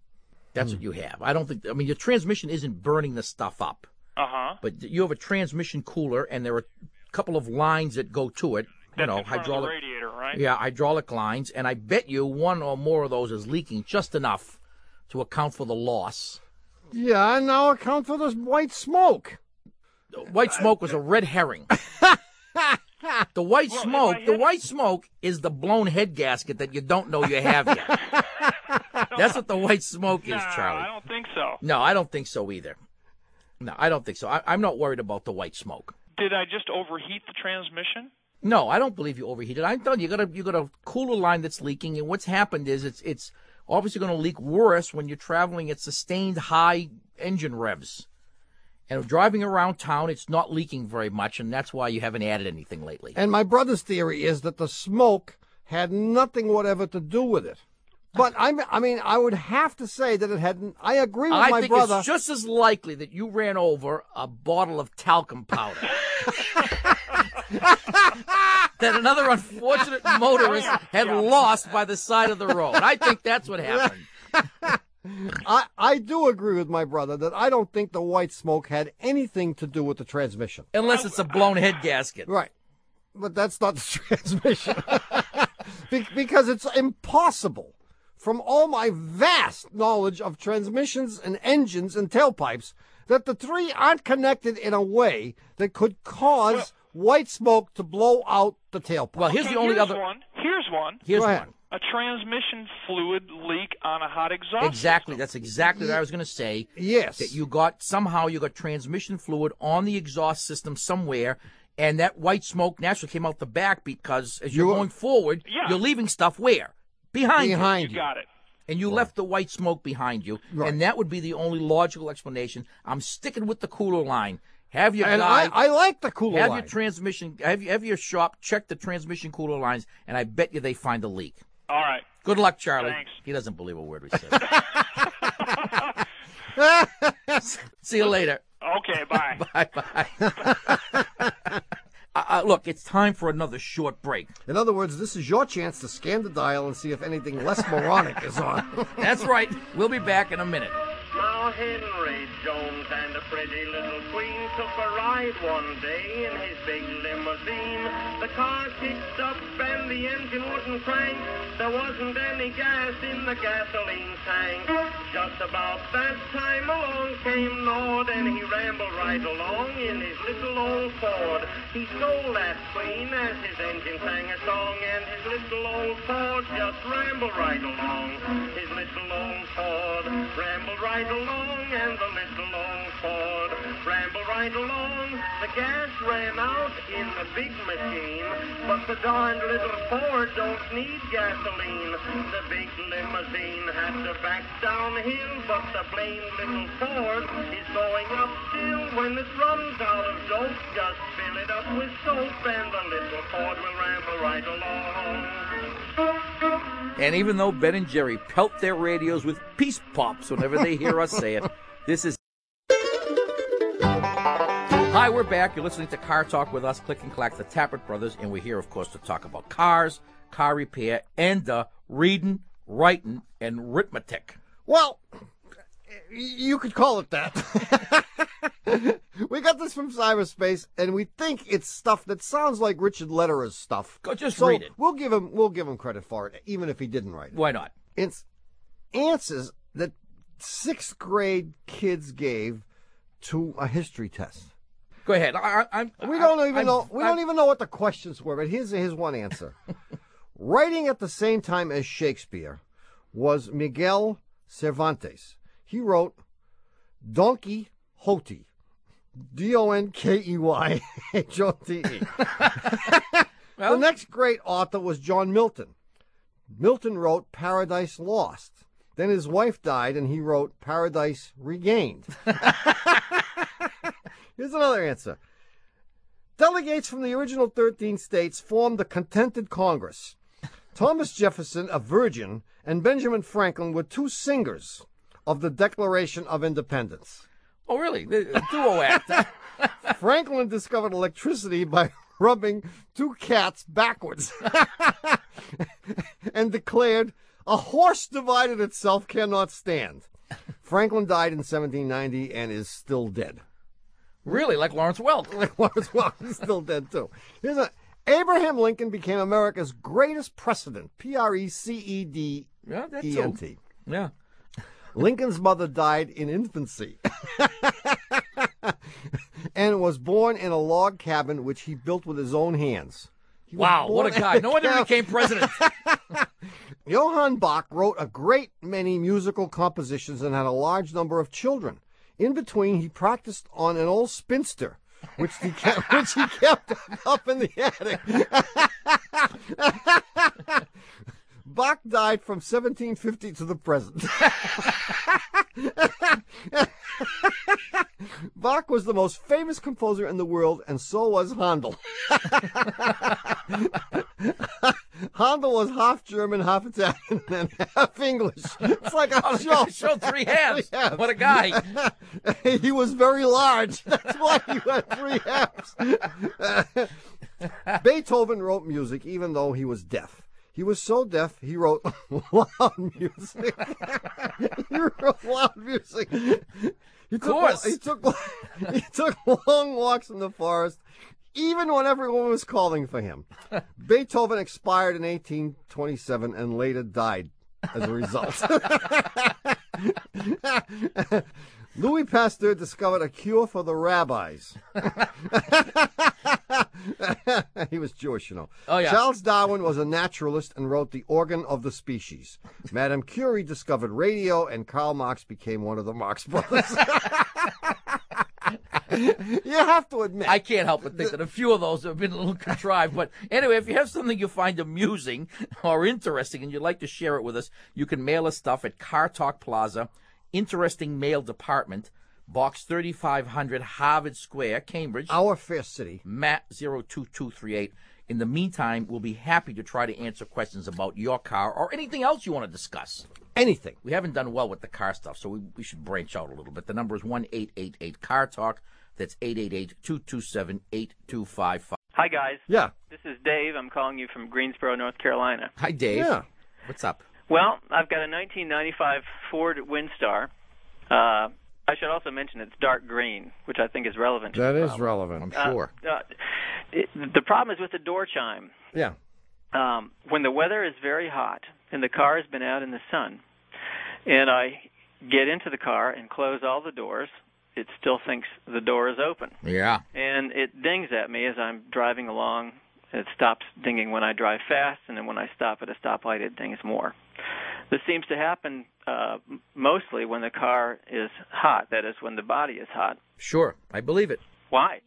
A: That's what you have. I don't think. I mean, your transmission isn't burning the stuff up,
I: Uh huh.
A: but you have a transmission cooler, and there are a couple of lines that go to it. You
I: That's
A: know,
I: in front of the
A: hydraulic.
I: radiator, right?
A: Yeah, hydraulic lines, and I bet you one or more of those is leaking just enough to account for the loss.
B: Yeah, and now account for this white smoke.
A: White smoke was a red herring. the white
I: Well, if
A: smoke,
I: I
A: the
I: had-
A: white smoke is the blown head gasket that you don't know you have yet. That's what the white smoke is,
I: Nah,
A: Charlie.
I: I don't think so.
A: No, I don't think so either. No, I don't think so. I, I'm not worried about the white smoke.
I: Did I just overheat the transmission?
A: No, I don't believe you overheated. I'm telling you, you got a you got a cooler line that's leaking, and what's happened is it's it's obviously going to leak worse when you're traveling at sustained high engine revs, and driving around town, it's not leaking very much, and that's why you haven't added anything lately.
B: And my brother's theory is that the smoke had nothing whatever to do with it. But I'm, I mean, I would have to say that it hadn't. I agree with
A: I
B: my
A: think
B: brother.
A: it's just as likely that you ran over a bottle of talcum powder. that another unfortunate motorist had lost by the side of the road. I think that's what happened.
B: I, I do agree with my brother that I don't think the white smoke had anything to do with the transmission.
A: Unless it's a blown head gasket.
B: Right. But that's not the transmission. Be- because it's impossible from all my vast knowledge of transmissions and engines and tailpipes that the three aren't connected in a way that could cause white smoke to blow out the tailpipe.
A: Well, here's
I: Okay,
A: the only
I: here's
A: other.
I: one. Here's one.
A: Here's
B: Go ahead.
A: one.
I: A transmission fluid leak on a hot exhaust.
A: Exactly. That's exactly what I was going to say.
B: yes.
A: That you got somehow you got transmission fluid on the exhaust system somewhere, and that white smoke naturally came out the back because as you're
B: You-
A: going forward,
I: Yeah.
A: you're leaving stuff where behind, you.
B: behind
I: You got it.
A: and you left the white smoke behind you,
B: Right.
A: and that would be the only logical explanation. I'm sticking with the cooler line. Have your
B: And
A: guy.
B: I, I like the cooler
A: have
B: line.
A: your transmission. Have, have your shop check the transmission cooler lines, and I bet you they find a leak.
I: All right.
A: Good luck, Charlie.
I: Thanks.
A: He doesn't believe a word we said. See you later.
I: Okay. Bye.
A: Bye bye. uh, look, it's time for another short break.
B: in other words, this is your chance to scan the dial and see if anything less moronic is on.
A: That's right. We'll be back in a minute.
J: Now Henry Jones and a pretty little queen took a ride one day in his big limousine. The car kicked up and the engine wouldn't crank. There wasn't any gas in the gasoline tank. Just about that time along came Nord and he rambled right along in his little old Ford. He stole that queen as his engine sang a song and his little old Ford just rambled right along. His little old Ford rambled right along and the little old Ford rambled right along. The gas ran out in the big machine, but the darned little Ford don't need gasoline. The big limousine had to back downhill, but the blamed little Ford is going uphill. When it runs out of dope, just fill it up with soap, and the little Ford will ramble right along.
A: And even though Ben and Jerry pelt their radios with peace pops whenever they hear us say it, this is. Hi, we're back. You're listening to Car Talk with us, Click and Clack, the Tappert brothers, and we're here, of course, to talk about cars, car repair, and uh, reading, writing, and arithmetic.
B: Well, you could call it that. we got this from cyberspace, and we think it's stuff that sounds like Richard Lederer's stuff.
A: Go- just
B: so
A: read it.
B: We'll give him we'll give him credit for it, even if he didn't write it.
A: Why not?
B: It's answers that sixth grade kids gave to a history test.
A: Go ahead. I, I, I'm,
B: We don't
A: I'm-
B: even
A: I'm-
B: know. We
A: I'm-
B: don't even know what the questions were. But here's here's one answer. Writing at the same time as Shakespeare was Miguel Cervantes. He wrote Don Quixote, D O N K E Y H O T E. The next great author was John Milton. Milton wrote Paradise Lost. Then his wife died, and he wrote Paradise Regained. Here's another answer. Delegates from the original 13 states formed the Contented Congress. Thomas Jefferson, a virgin, and Benjamin Franklin were two singers of the Declaration of Independence.
A: Oh, really? The duo act.
B: Franklin discovered electricity by rubbing two cats backwards and declared, A horse divided itself cannot stand. Franklin died in 1790 and is still dead.
A: really, like Lawrence Welk.
B: Like Lawrence Welk is still dead too. Here's a Abraham Lincoln became America's greatest president. P R E C E D
A: Yeah, that
B: E N T.
A: too. Yeah.
B: Lincoln's mother died in infancy. and was born in a log cabin which he built with his own hands. He was
A: Wow, what a
B: born in
A: guy. No wonder he
B: cabin.
A: became president.
B: Johann Bach wrote a great many musical compositions and had a large number of children. In between, he practiced on an old spinster, which he kept, which he kept up in the attic. Bach died from 1750 to the present. Bach was the most famous composer in the world, and so was Handel. Handel was half German, half Italian, and half English. It's like a show.
A: Oh, Show three halves.
B: Three halves.
A: What a guy.
B: he was very large. That's why he had three halves. Beethoven wrote music even though he was deaf. He was so deaf, he wrote loud music. he wrote loud music. He took,
A: course.
B: He took, he took long walks in the forest, even when everyone was calling for him. Beethoven expired in 1827 and later died as a result. Louis Pasteur discovered a cure for the rabbis. he was Jewish, you know.
A: Oh, yeah.
B: Charles Darwin was a naturalist and wrote The Organ of the Species. Madame Curie discovered radio, and Karl Marx became one of the Marx brothers. you have to admit.
A: I can't help but think that a few of those have been a little contrived. But anyway, if you have something you find amusing or interesting and you'd like to share it with us, you can mail us stuff at Car Talk Plaza, Interesting Mail Department, Box 3500, Harvard Square, Cambridge,
B: Our fair city.
A: Matt 02238. In the meantime, we'll be happy to try to answer questions about your car or anything else you want to discuss.
B: Anything.
A: We haven't done well with the car stuff, so we, we should branch out a little bit. The number is one eight eight eight Car Talk. That's 888 227 8255.
D: Hi, guys.
B: Yeah.
D: This is Dave. I'm calling you from Greensboro, North Carolina.
A: Hi, Dave.
B: Yeah.
A: What's up?
D: Well, I've got a 1995 Ford Windstar. Uh, I should also mention it's dark green, which I think is relevant. to
B: That
D: the
B: is
D: problem.
B: relevant.
D: Uh, Uh, it, the problem is with the door chime.
B: Yeah.
D: Um, when the weather is very hot and the car has been out in the sun, and I get into the car and close all the doors, it still thinks the door is open.
A: Yeah.
D: and it dings at me as I'm driving along. It stops dinging when I drive fast, and then when I stop at a stoplight, it dings more. This seems to happen uh, m- mostly when the car is hot. That is, when the body is hot.
A: Sure. I believe it.
D: Why?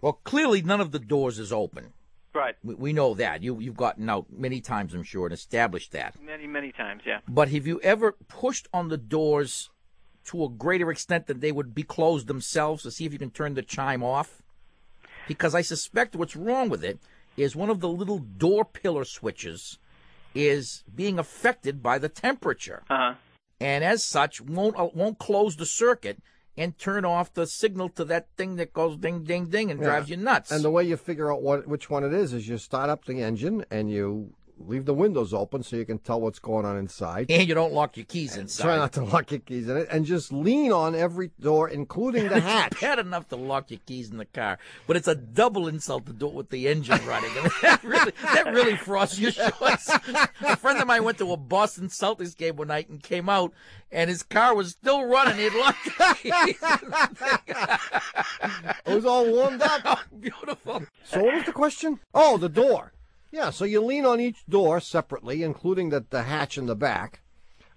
A: Well, clearly none of the doors is open.
D: Right.
A: We, we know that. You, you've gotten out many times, I'm sure, and established that.
D: Many, many times, yeah.
A: But have you ever pushed on the doors to a greater extent that they would be closed themselves to see if you can turn the chime off? Because I suspect what's wrong with it is one of the little door pillar switches is being affected by the temperature.
D: Uh-huh.
A: And as such, won't uh, won't close the circuit and turn off the signal to that thing that goes ding ding ding and
B: Yeah.
A: drives you nuts.
B: And the way you figure out what which one it is is you start up the engine and you leave the windows open so you can tell what's going on inside.
A: And you don't lock your keys inside.
B: Try not to lock your keys in it, and just lean on every door, including the hatch.
A: It's bad enough to lock your keys in the car, but it's a double insult to do it with the engine running. I mean, that really, that really frosts your shorts. A friend of mine went to a Boston Celtics game one night and came out, and his car was still running. He had locked the keys.
B: it was all warmed up.
A: Beautiful.
B: So what was the question? Oh, the door. Yeah, so you lean on each door separately, including the, the hatch in the back,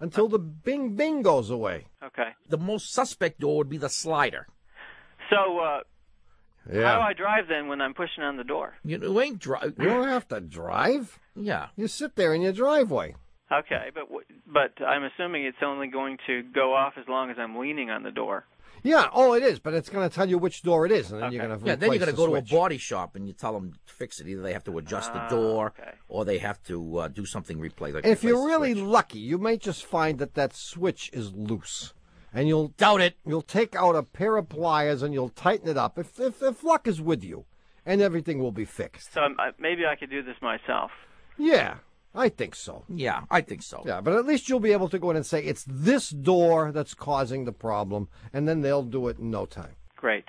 B: until the bing bing goes away.
D: Okay.
A: The most suspect door would be the slider.
D: So, uh, how do I drive then when I'm pushing on the door?
A: You, know, you ain't drive.
B: You don't have to drive.
A: Yeah.
B: You sit there in your driveway.
D: Okay, but w- but I'm assuming it's only going to go off as long as I'm leaning on the door.
B: Yeah, oh, it is, but it's going to tell you which door it is, and then you're going to
A: Yeah, then you got to go
B: switch.
A: to a body shop and you tell them to fix it. Either they have to adjust the door, or they have to uh, do something replay. Like
B: If
A: replace the
B: you're really lucky, you may just find that that switch is loose, and you'll
A: doubt it.
B: You'll take out a pair of pliers and you'll tighten it up. If if, if luck is with you, and everything will be fixed.
D: So I'm, I, maybe I could do this myself.
B: Yeah, I think so.
A: Yeah, I think so.
B: Yeah, but at least you'll be able to go in and say it's this door that's causing the problem, and then they'll do it in no time.
D: Great.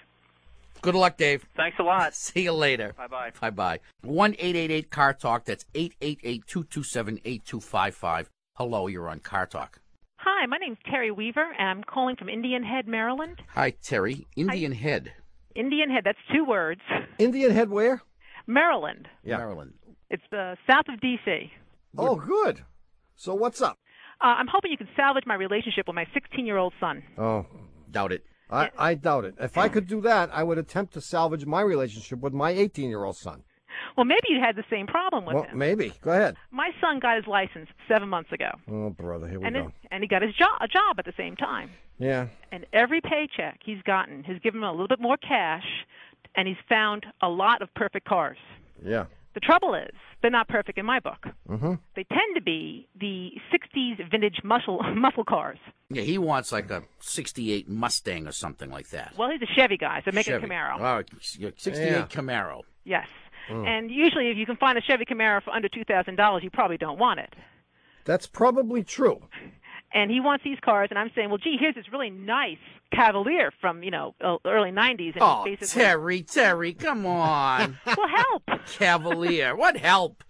A: Good luck, Dave.
D: Thanks a lot.
A: See you later.
D: Bye bye.
A: Bye bye. 1 888 Car Talk. That's 888 227 8255. Hello, you're on Car Talk.
K: Hi, my name's Terry Weaver, and I'm calling from Indian Head, Maryland.
A: Hi, Terry. Indian Head,
K: Indian Head, that's two words.
B: Indian Head where?
K: Maryland.
A: Maryland.
K: It's uh, south of D.C.
B: Oh, good. So what's up?
K: Uh, I'm hoping you can salvage my relationship with my 16 year old son.
B: Oh,
A: doubt it.
B: I, I doubt it. If I could do that, I would attempt to salvage my relationship with my 18 year old son.
K: Well, maybe you had the same problem with
B: Well,
K: him.
B: maybe. Go ahead.
K: My son got his license seven months ago,
B: Oh, brother, here we
K: and
B: go.
K: it- and he got his job a job at the same time.
B: Yeah.
K: And every paycheck he's gotten has given him a little bit more cash, and he's found a lot of perfect cars.
B: Yeah.
K: The trouble is, they're not perfect in my book.
B: Mm-hmm.
K: They tend to be the 60s vintage muscle muscle cars.
A: Yeah, he wants like a 68 Mustang or something like that.
K: Well, he's a Chevy guy, so make it a
A: Chevy.
K: Camaro.
A: Oh, 68
K: Yeah.
A: Camaro.
K: Yes.
A: Mm.
K: And usually, if you can find a Chevy Camaro for under two thousand dollars, you probably don't want it.
B: That's probably true.
K: And he wants these cars, and I'm saying, well, gee, here's this really nice Cavalier from you know uh, early '90s, and
A: Oh,
K: he's basically
A: Terry, Terry, come on.
K: well, help.
A: Cavalier. What help?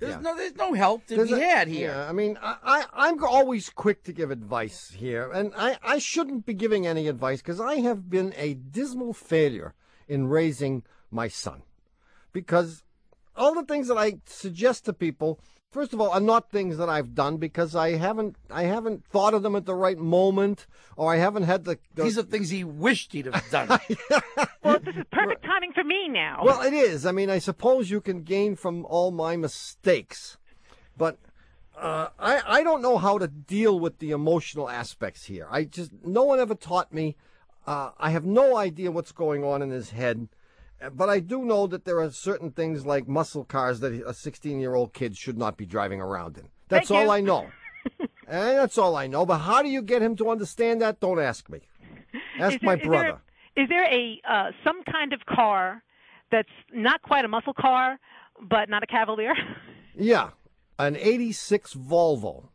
A: There's, no, there's no help to
B: There's
A: be
B: a-
A: had here.
B: Yeah, I mean, I, I, I'm always quick to give advice here, and I, I shouldn't be giving any advice because I have been a dismal failure in raising my son. Because all the things that I suggest to people, first of all, are not things that I've done because I haven't I haven't thought of them at the right moment, or I haven't had the. the
A: These are things he wished he'd have done.
K: Perfect timing for me now.
B: Well, it is. I mean, I suppose you can gain from all my mistakes, but uh, I I don't know how to deal with the emotional aspects here. I just no one ever taught me. Uh, I have no idea what's going on in his head, uh, but I do know that there are certain things like muscle cars that a 16 year old kid should not be driving around in. That's
K: Thank
B: all I
K: you.
B: know. and that's all I know. But how do you get him to understand that? Don't ask me. Ask
K: Is there-
B: my
K: is there-
B: brother.
K: Is there a uh, some kind of car that's not quite a muscle car, but not a Cavalier?
B: Yeah, an 86 Volvo.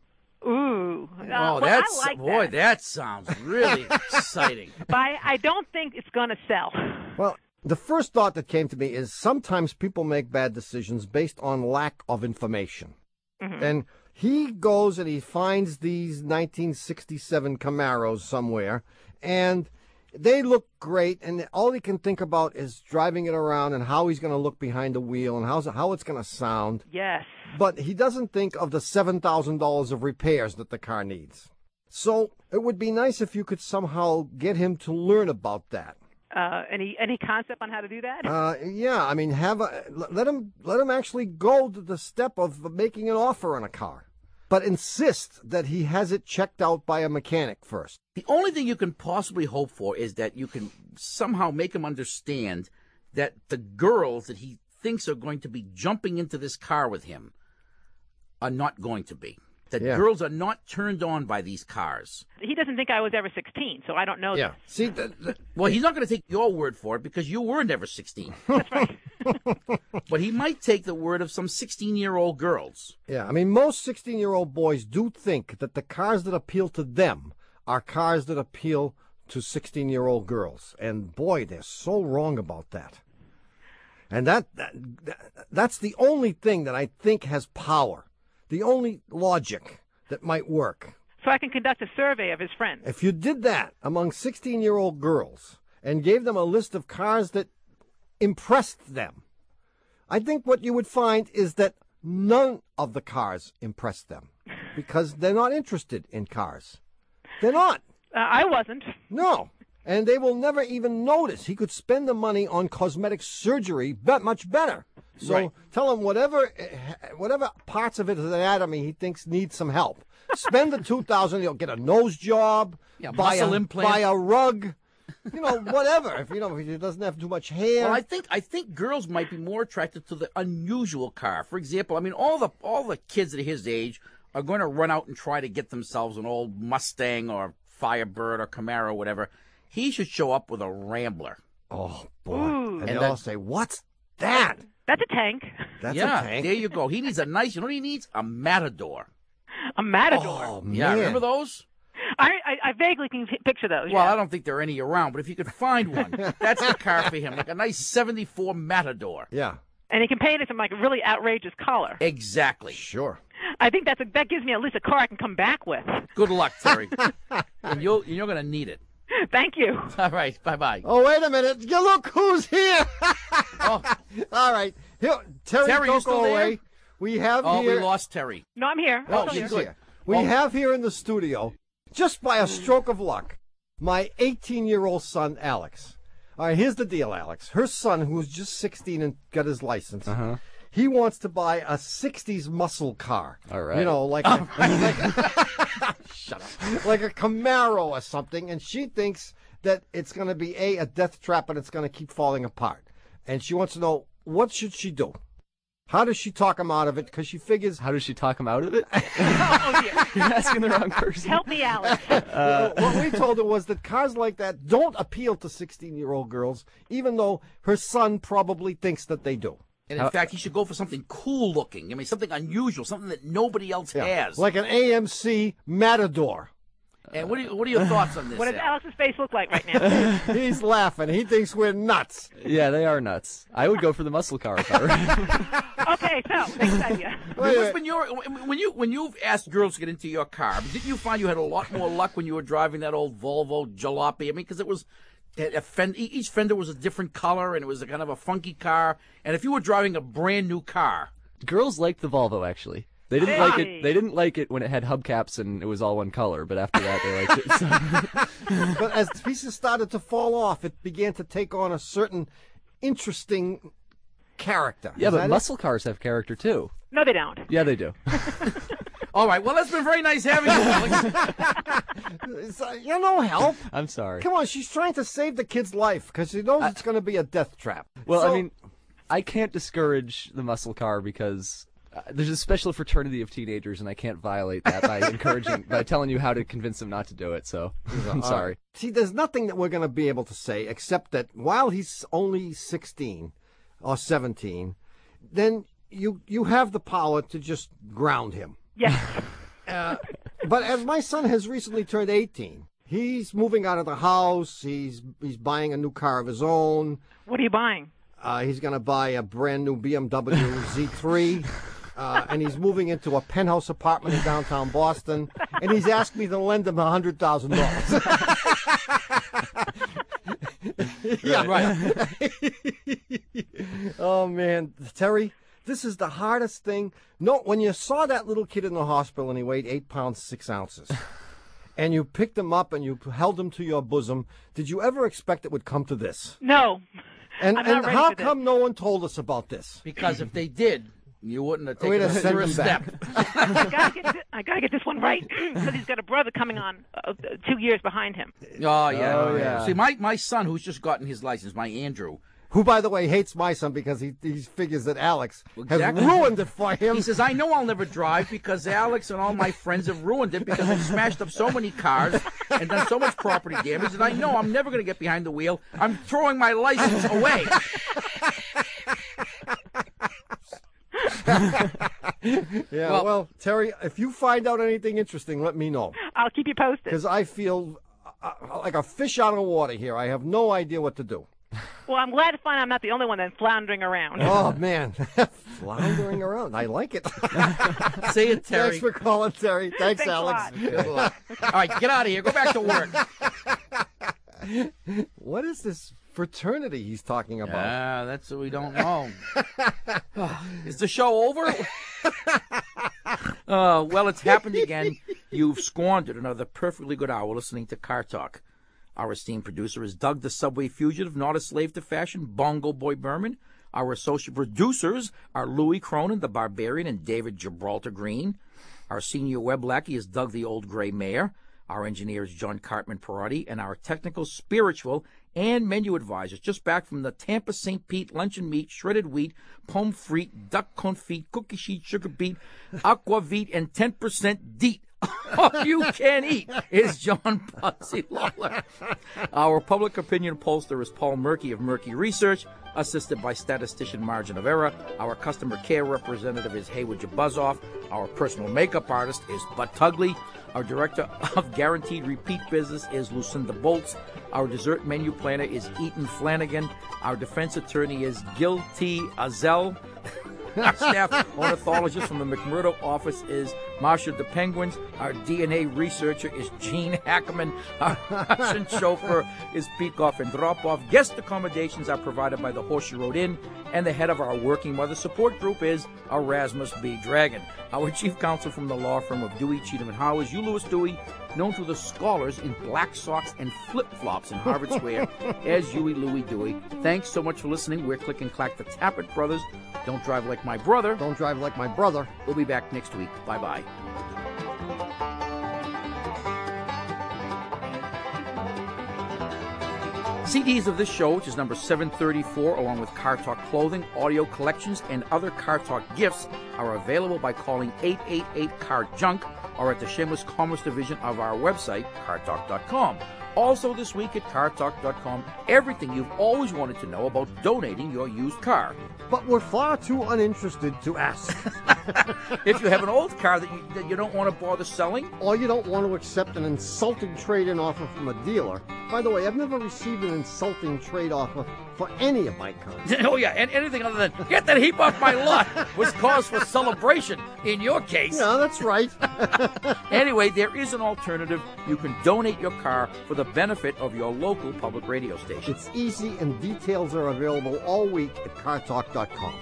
K: Ooh. Uh,
A: oh,
K: well,
A: that's
K: I like
A: boy,
K: that.
A: that sounds really exciting.
K: But I, I don't think it's going to sell.
B: Well, the first thought that came to me is sometimes people make bad decisions based on lack of information.
F: Mm-hmm.
B: And he goes and he finds these 1967 Camaros somewhere, and they look great. And all he can think about is driving it around and how he's going to look behind the wheel and how's, how it's going to sound.
K: Yes.
B: But he doesn't think of the $7,000 of repairs that the car needs. So it would be nice if you could somehow get him to learn about that.
K: Uh, any any concept on how to do that?
B: Uh, yeah, I mean, have a, l- let him let him actually go to the step of making an offer on a car, but insist that he has it checked out by a mechanic first.
A: The only thing you can possibly hope for is that you can somehow make him understand that the girls that he thinks are going to be jumping into this car with him are not going to be. That
K: Yeah.
A: girls are not turned on by these cars.
K: He doesn't think I was ever 16, so I don't know. this.
B: See,
A: well, he's not going to take your word for it because you were never 16. That's right. but he might take the word of some 16 year old girls.
B: Yeah, I mean, most 16 year old boys do think that the cars that appeal to them are cars that appeal to 16 year old girls. And boy, they're so wrong about that. And that, that, that- that's the only thing that I think has power, the only logic that might work.
K: So I can conduct a survey of his friends.
B: If you did that among 16 year old girls and gave them a list of cars that impressed them, I think what you would find is that none of the cars impressed them because they're not interested in cars. They're not.
K: Uh, I wasn't.
B: No. And they will never even notice. He could spend the money on cosmetic surgery but much better. So
L: Right.
B: tell him whatever eh, whatever parts of his anatomy he thinks need some help. Spend the 2000 you'll get a nose job,
A: Yeah,
B: buy,
A: muscle
B: a,
A: implant.
B: buy a rug, you know, whatever. if you know if he doesn't have too much hair.
A: Well, I think I think girls might be more attracted to the unusual car. For example, I mean, all the all the kids at his age are going to run out and try to get themselves an old Mustang or Firebird or Camaro, whatever. He should show up with a Rambler.
B: Oh
K: boy! Ooh.
B: And they'll all say, "What's that?"
K: That's a tank.
B: That's a
A: yeah,
B: tank.
A: There you go. He needs a nice. You know what he needs? A Matador.
K: A Matador.
A: Oh, yeah,
K: man.
A: remember those?
K: I, I, I vaguely can p- picture those.
A: Well, I don't think there are any around, but if you could find one, that's the car for him. Like a nice '74 Matador.
B: Yeah.
K: And he can paint it some like really outrageous color.
A: Exactly.
B: Sure.
K: I think that's a, that gives me at least a car I can come back with.
A: Good luck, Terry. and you'll, you're going to need it.
K: Thank you.
A: All right. Bye bye.
B: Oh, wait a minute. You look who's here. All right. Here, Oh. Terry,
A: Terry,
B: don't
A: you still
B: go
A: there?
B: away. We have
A: Oh,
B: here.
A: we lost Terry.
K: No, I'm here.
B: Oh,
K: I'm still
B: she's
K: here.
B: here. We have here in the studio, just by a stroke of luck, my 18 year old son, Alex. All right, here's the deal, Alex. Her son, who's just 16 and got his license, he wants to buy a 60s muscle car. All
L: right.
B: You know, like a, like a Camaro or something, and she thinks that it's going to be a a death trap and it's going to keep falling apart. And she wants to know what should she do. How does she talk him out of it? Because she figures. Oh, How does she talk him out of it? You're asking the wrong person. Uh,
K: Help me, Alex.
B: what we told her was that cars like that don't appeal to 16 year old girls, even though her son probably thinks that they do.
A: And in fact, he should go for something cool looking. I mean, something unusual, something that nobody else has.
B: like an AMC Matador.
A: and what are, you- what are your thoughts on this?
K: What does
A: Al?
K: Alex's face look like right now?
B: He's laughing. He thinks we're nuts.
M: Yeah, they are nuts. I would go for the muscle car. if I were-
K: okay, so next idea.
A: Wait, what's been your when you when you've asked girls to get into your car? Didn't you find you had a lot more luck when you were driving that old Volvo Jalopy? I mean, because it was it- a fend, e- each fender was a different color, and it was a kind of a funky car. And if you were driving a brand new car,
M: Girls liked the Volvo actually. They didn't like it. They didn't like it when it had hubcaps and it was all one color. But after that, they liked it. So.
B: but as the pieces started to fall off, it began to take on a certain interesting character.
M: Yeah,
B: Is that
M: but
B: it?
M: muscle cars have character too.
K: No, they don't.
M: Yeah, they do.
A: all right. Well, that's been very nice having you. Alex.
B: It's, uh, You're no help.
M: I'm sorry.
B: Come on, she's trying to save the kid's life because she knows it's going to be a death trap.
M: Well,
B: So-
M: I mean, I can't discourage the muscle car because uh, there's a special fraternity of teenagers, and I can't violate that by encouraging, by telling you how to convince them not to do it. So I'm
B: All
M: sorry.
B: right. See, there's nothing that we're going to be able to say except that while he's only 16 or 17, then you you have the power to just ground him.
K: Yeah.
B: uh, but as my son has recently turned 18, he's moving out of the house. He's he's buying a new car of his own.
K: What are you buying?
B: Uh, he's going to buy a brand new BMW Z3. Uh, and he's moving into a penthouse apartment in downtown Boston, and he's asked me to lend him a hundred thousand dollars. Yeah, oh man, Terry, this is the hardest thing. No, when you saw that little kid in the hospital and he weighed eight pounds six ounces, and you picked them up and you p- held them to your bosom. Did you ever expect it would come to this?
K: No.
B: And
A: I'm not
B: and
A: ready
B: how
A: for this.
B: come no one told us about this?
A: Because if they did, you wouldn't have
B: We'd
A: taken
B: have
A: a
B: sent
A: serious
B: them back.
A: step.
K: I gotta get thi- I gotta get this one right because he's got a brother coming on uh, two years behind him.
A: Oh yeah.
B: Oh, yeah.
A: See, my, my son who's just gotten his license, my Andrew.
B: Who, by the way, hates my son because he, he figures that Alex
A: Exactly.
B: has ruined it for him.
A: He says, "I know I'll never drive because Alex and all my friends have ruined it because I've smashed up so many cars and done so much property damage, and I know I'm never going to get behind the wheel. I'm throwing my license away."
B: yeah, well,
K: Well-
B: Terry, if you find out anything interesting, let me know.
K: I'll keep you posted.
B: Because I feel uh, like a fish out of water here. I have no idea what to do.
K: Well, I'm glad to find I'm not the only one that's floundering around.
B: Oh, man. Floundering around. I like it.
A: See you,
B: Thanks
A: Terry.
B: for calling, Terry. Thanks,
K: Thanks a
B: Alex.
K: lot.
A: Good luck. All right, get out of here. Go back to work.
B: What is this fraternity he's talking about?
A: Ah, that's what we don't know. Is the show over? Uh, well, it's happened again. You've squandered another perfectly good hour listening to Car Talk. Our esteemed producer is Doug the Subway Fugitive, not a slave to fashion, Bongo Boy Berman. Our associate producers are Louis Cronin, the Barbarian, and David Gibraltar Green. Our senior web lackey is Doug the Old Gray Mayor. Our engineer is John Cartman Perotti, and our technical, spiritual, and menu advisors just back from the Tampa St. Pete luncheon meat, shredded wheat, pomme frite, duck confit, cookie sheet, sugar beet, aquavit, and 10% deet. All you can eat is John Posse Lawler. Our public opinion pollster is Paul Murky of Murky Research, assisted by statistician Margin of Error. Our customer care representative is Haywood Jabuzzoff. Our personal makeup artist is Bud Tugley. Our director of guaranteed repeat business is Lucinda Bolts. Our dessert menu planner is Eaton Flanagan. Our defense attorney is Gil T. Azell. Our staff ornithologist from the McMurdo office is Marsha the Penguins. Our DNA researcher is Gene Hackerman. Our Russian chauffeur is Peekoff and Dropoff. Guest accommodations are provided by the Horseshoe Road Inn. And the head of our Working Mother Support Group is Erasmus B. Dragon. Our chief counsel from the law firm of Dewey, Cheatham, and Howe is U. Lewis Dewey, known to the scholars in black socks and flip flops in Harvard Square as Huey Louie Dewey. Thanks so much for listening. We're Click and Clack, the Tappet Brothers. Don't drive like my brother.
B: Don't drive like my brother.
A: We'll be back next week. Bye bye. CDs of this show, which is number 734, along with Car Talk clothing, audio collections, and other Car Talk gifts, are available by calling 888 Car Junk or at the Shameless Commerce Division of our website, cartalk.com. Also, this week at cartalk.com, everything you've always wanted to know about donating your used car.
B: But we're far too uninterested to ask.
A: if you have an old car that you, that you don't want to bother selling,
B: or you don't want to accept an insulting trade-in offer from a dealer. By the way, I've never received an insulting trade offer for any of my cars.
A: oh yeah, and anything other than get that heap off my lot was cause for celebration in your case.
B: Yeah, that's right.
A: Anyway, there is an alternative. You can donate your car for the benefit of your local public radio station.
B: It's easy and details are available all week at cartalk.com.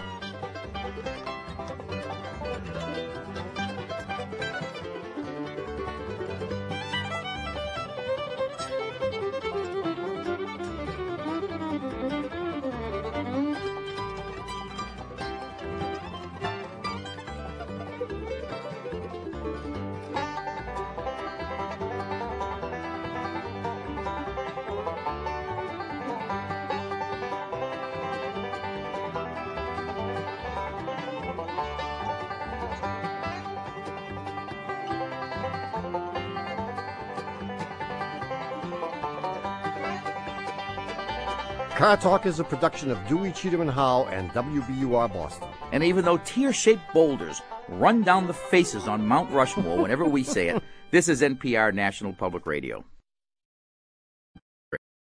B: Car Talk is a production of Dewey Cheatham and Howe and WBUR Boston.
A: And even though tear-shaped boulders run down the faces on Mount Rushmore whenever we say it, this is NPR National Public Radio.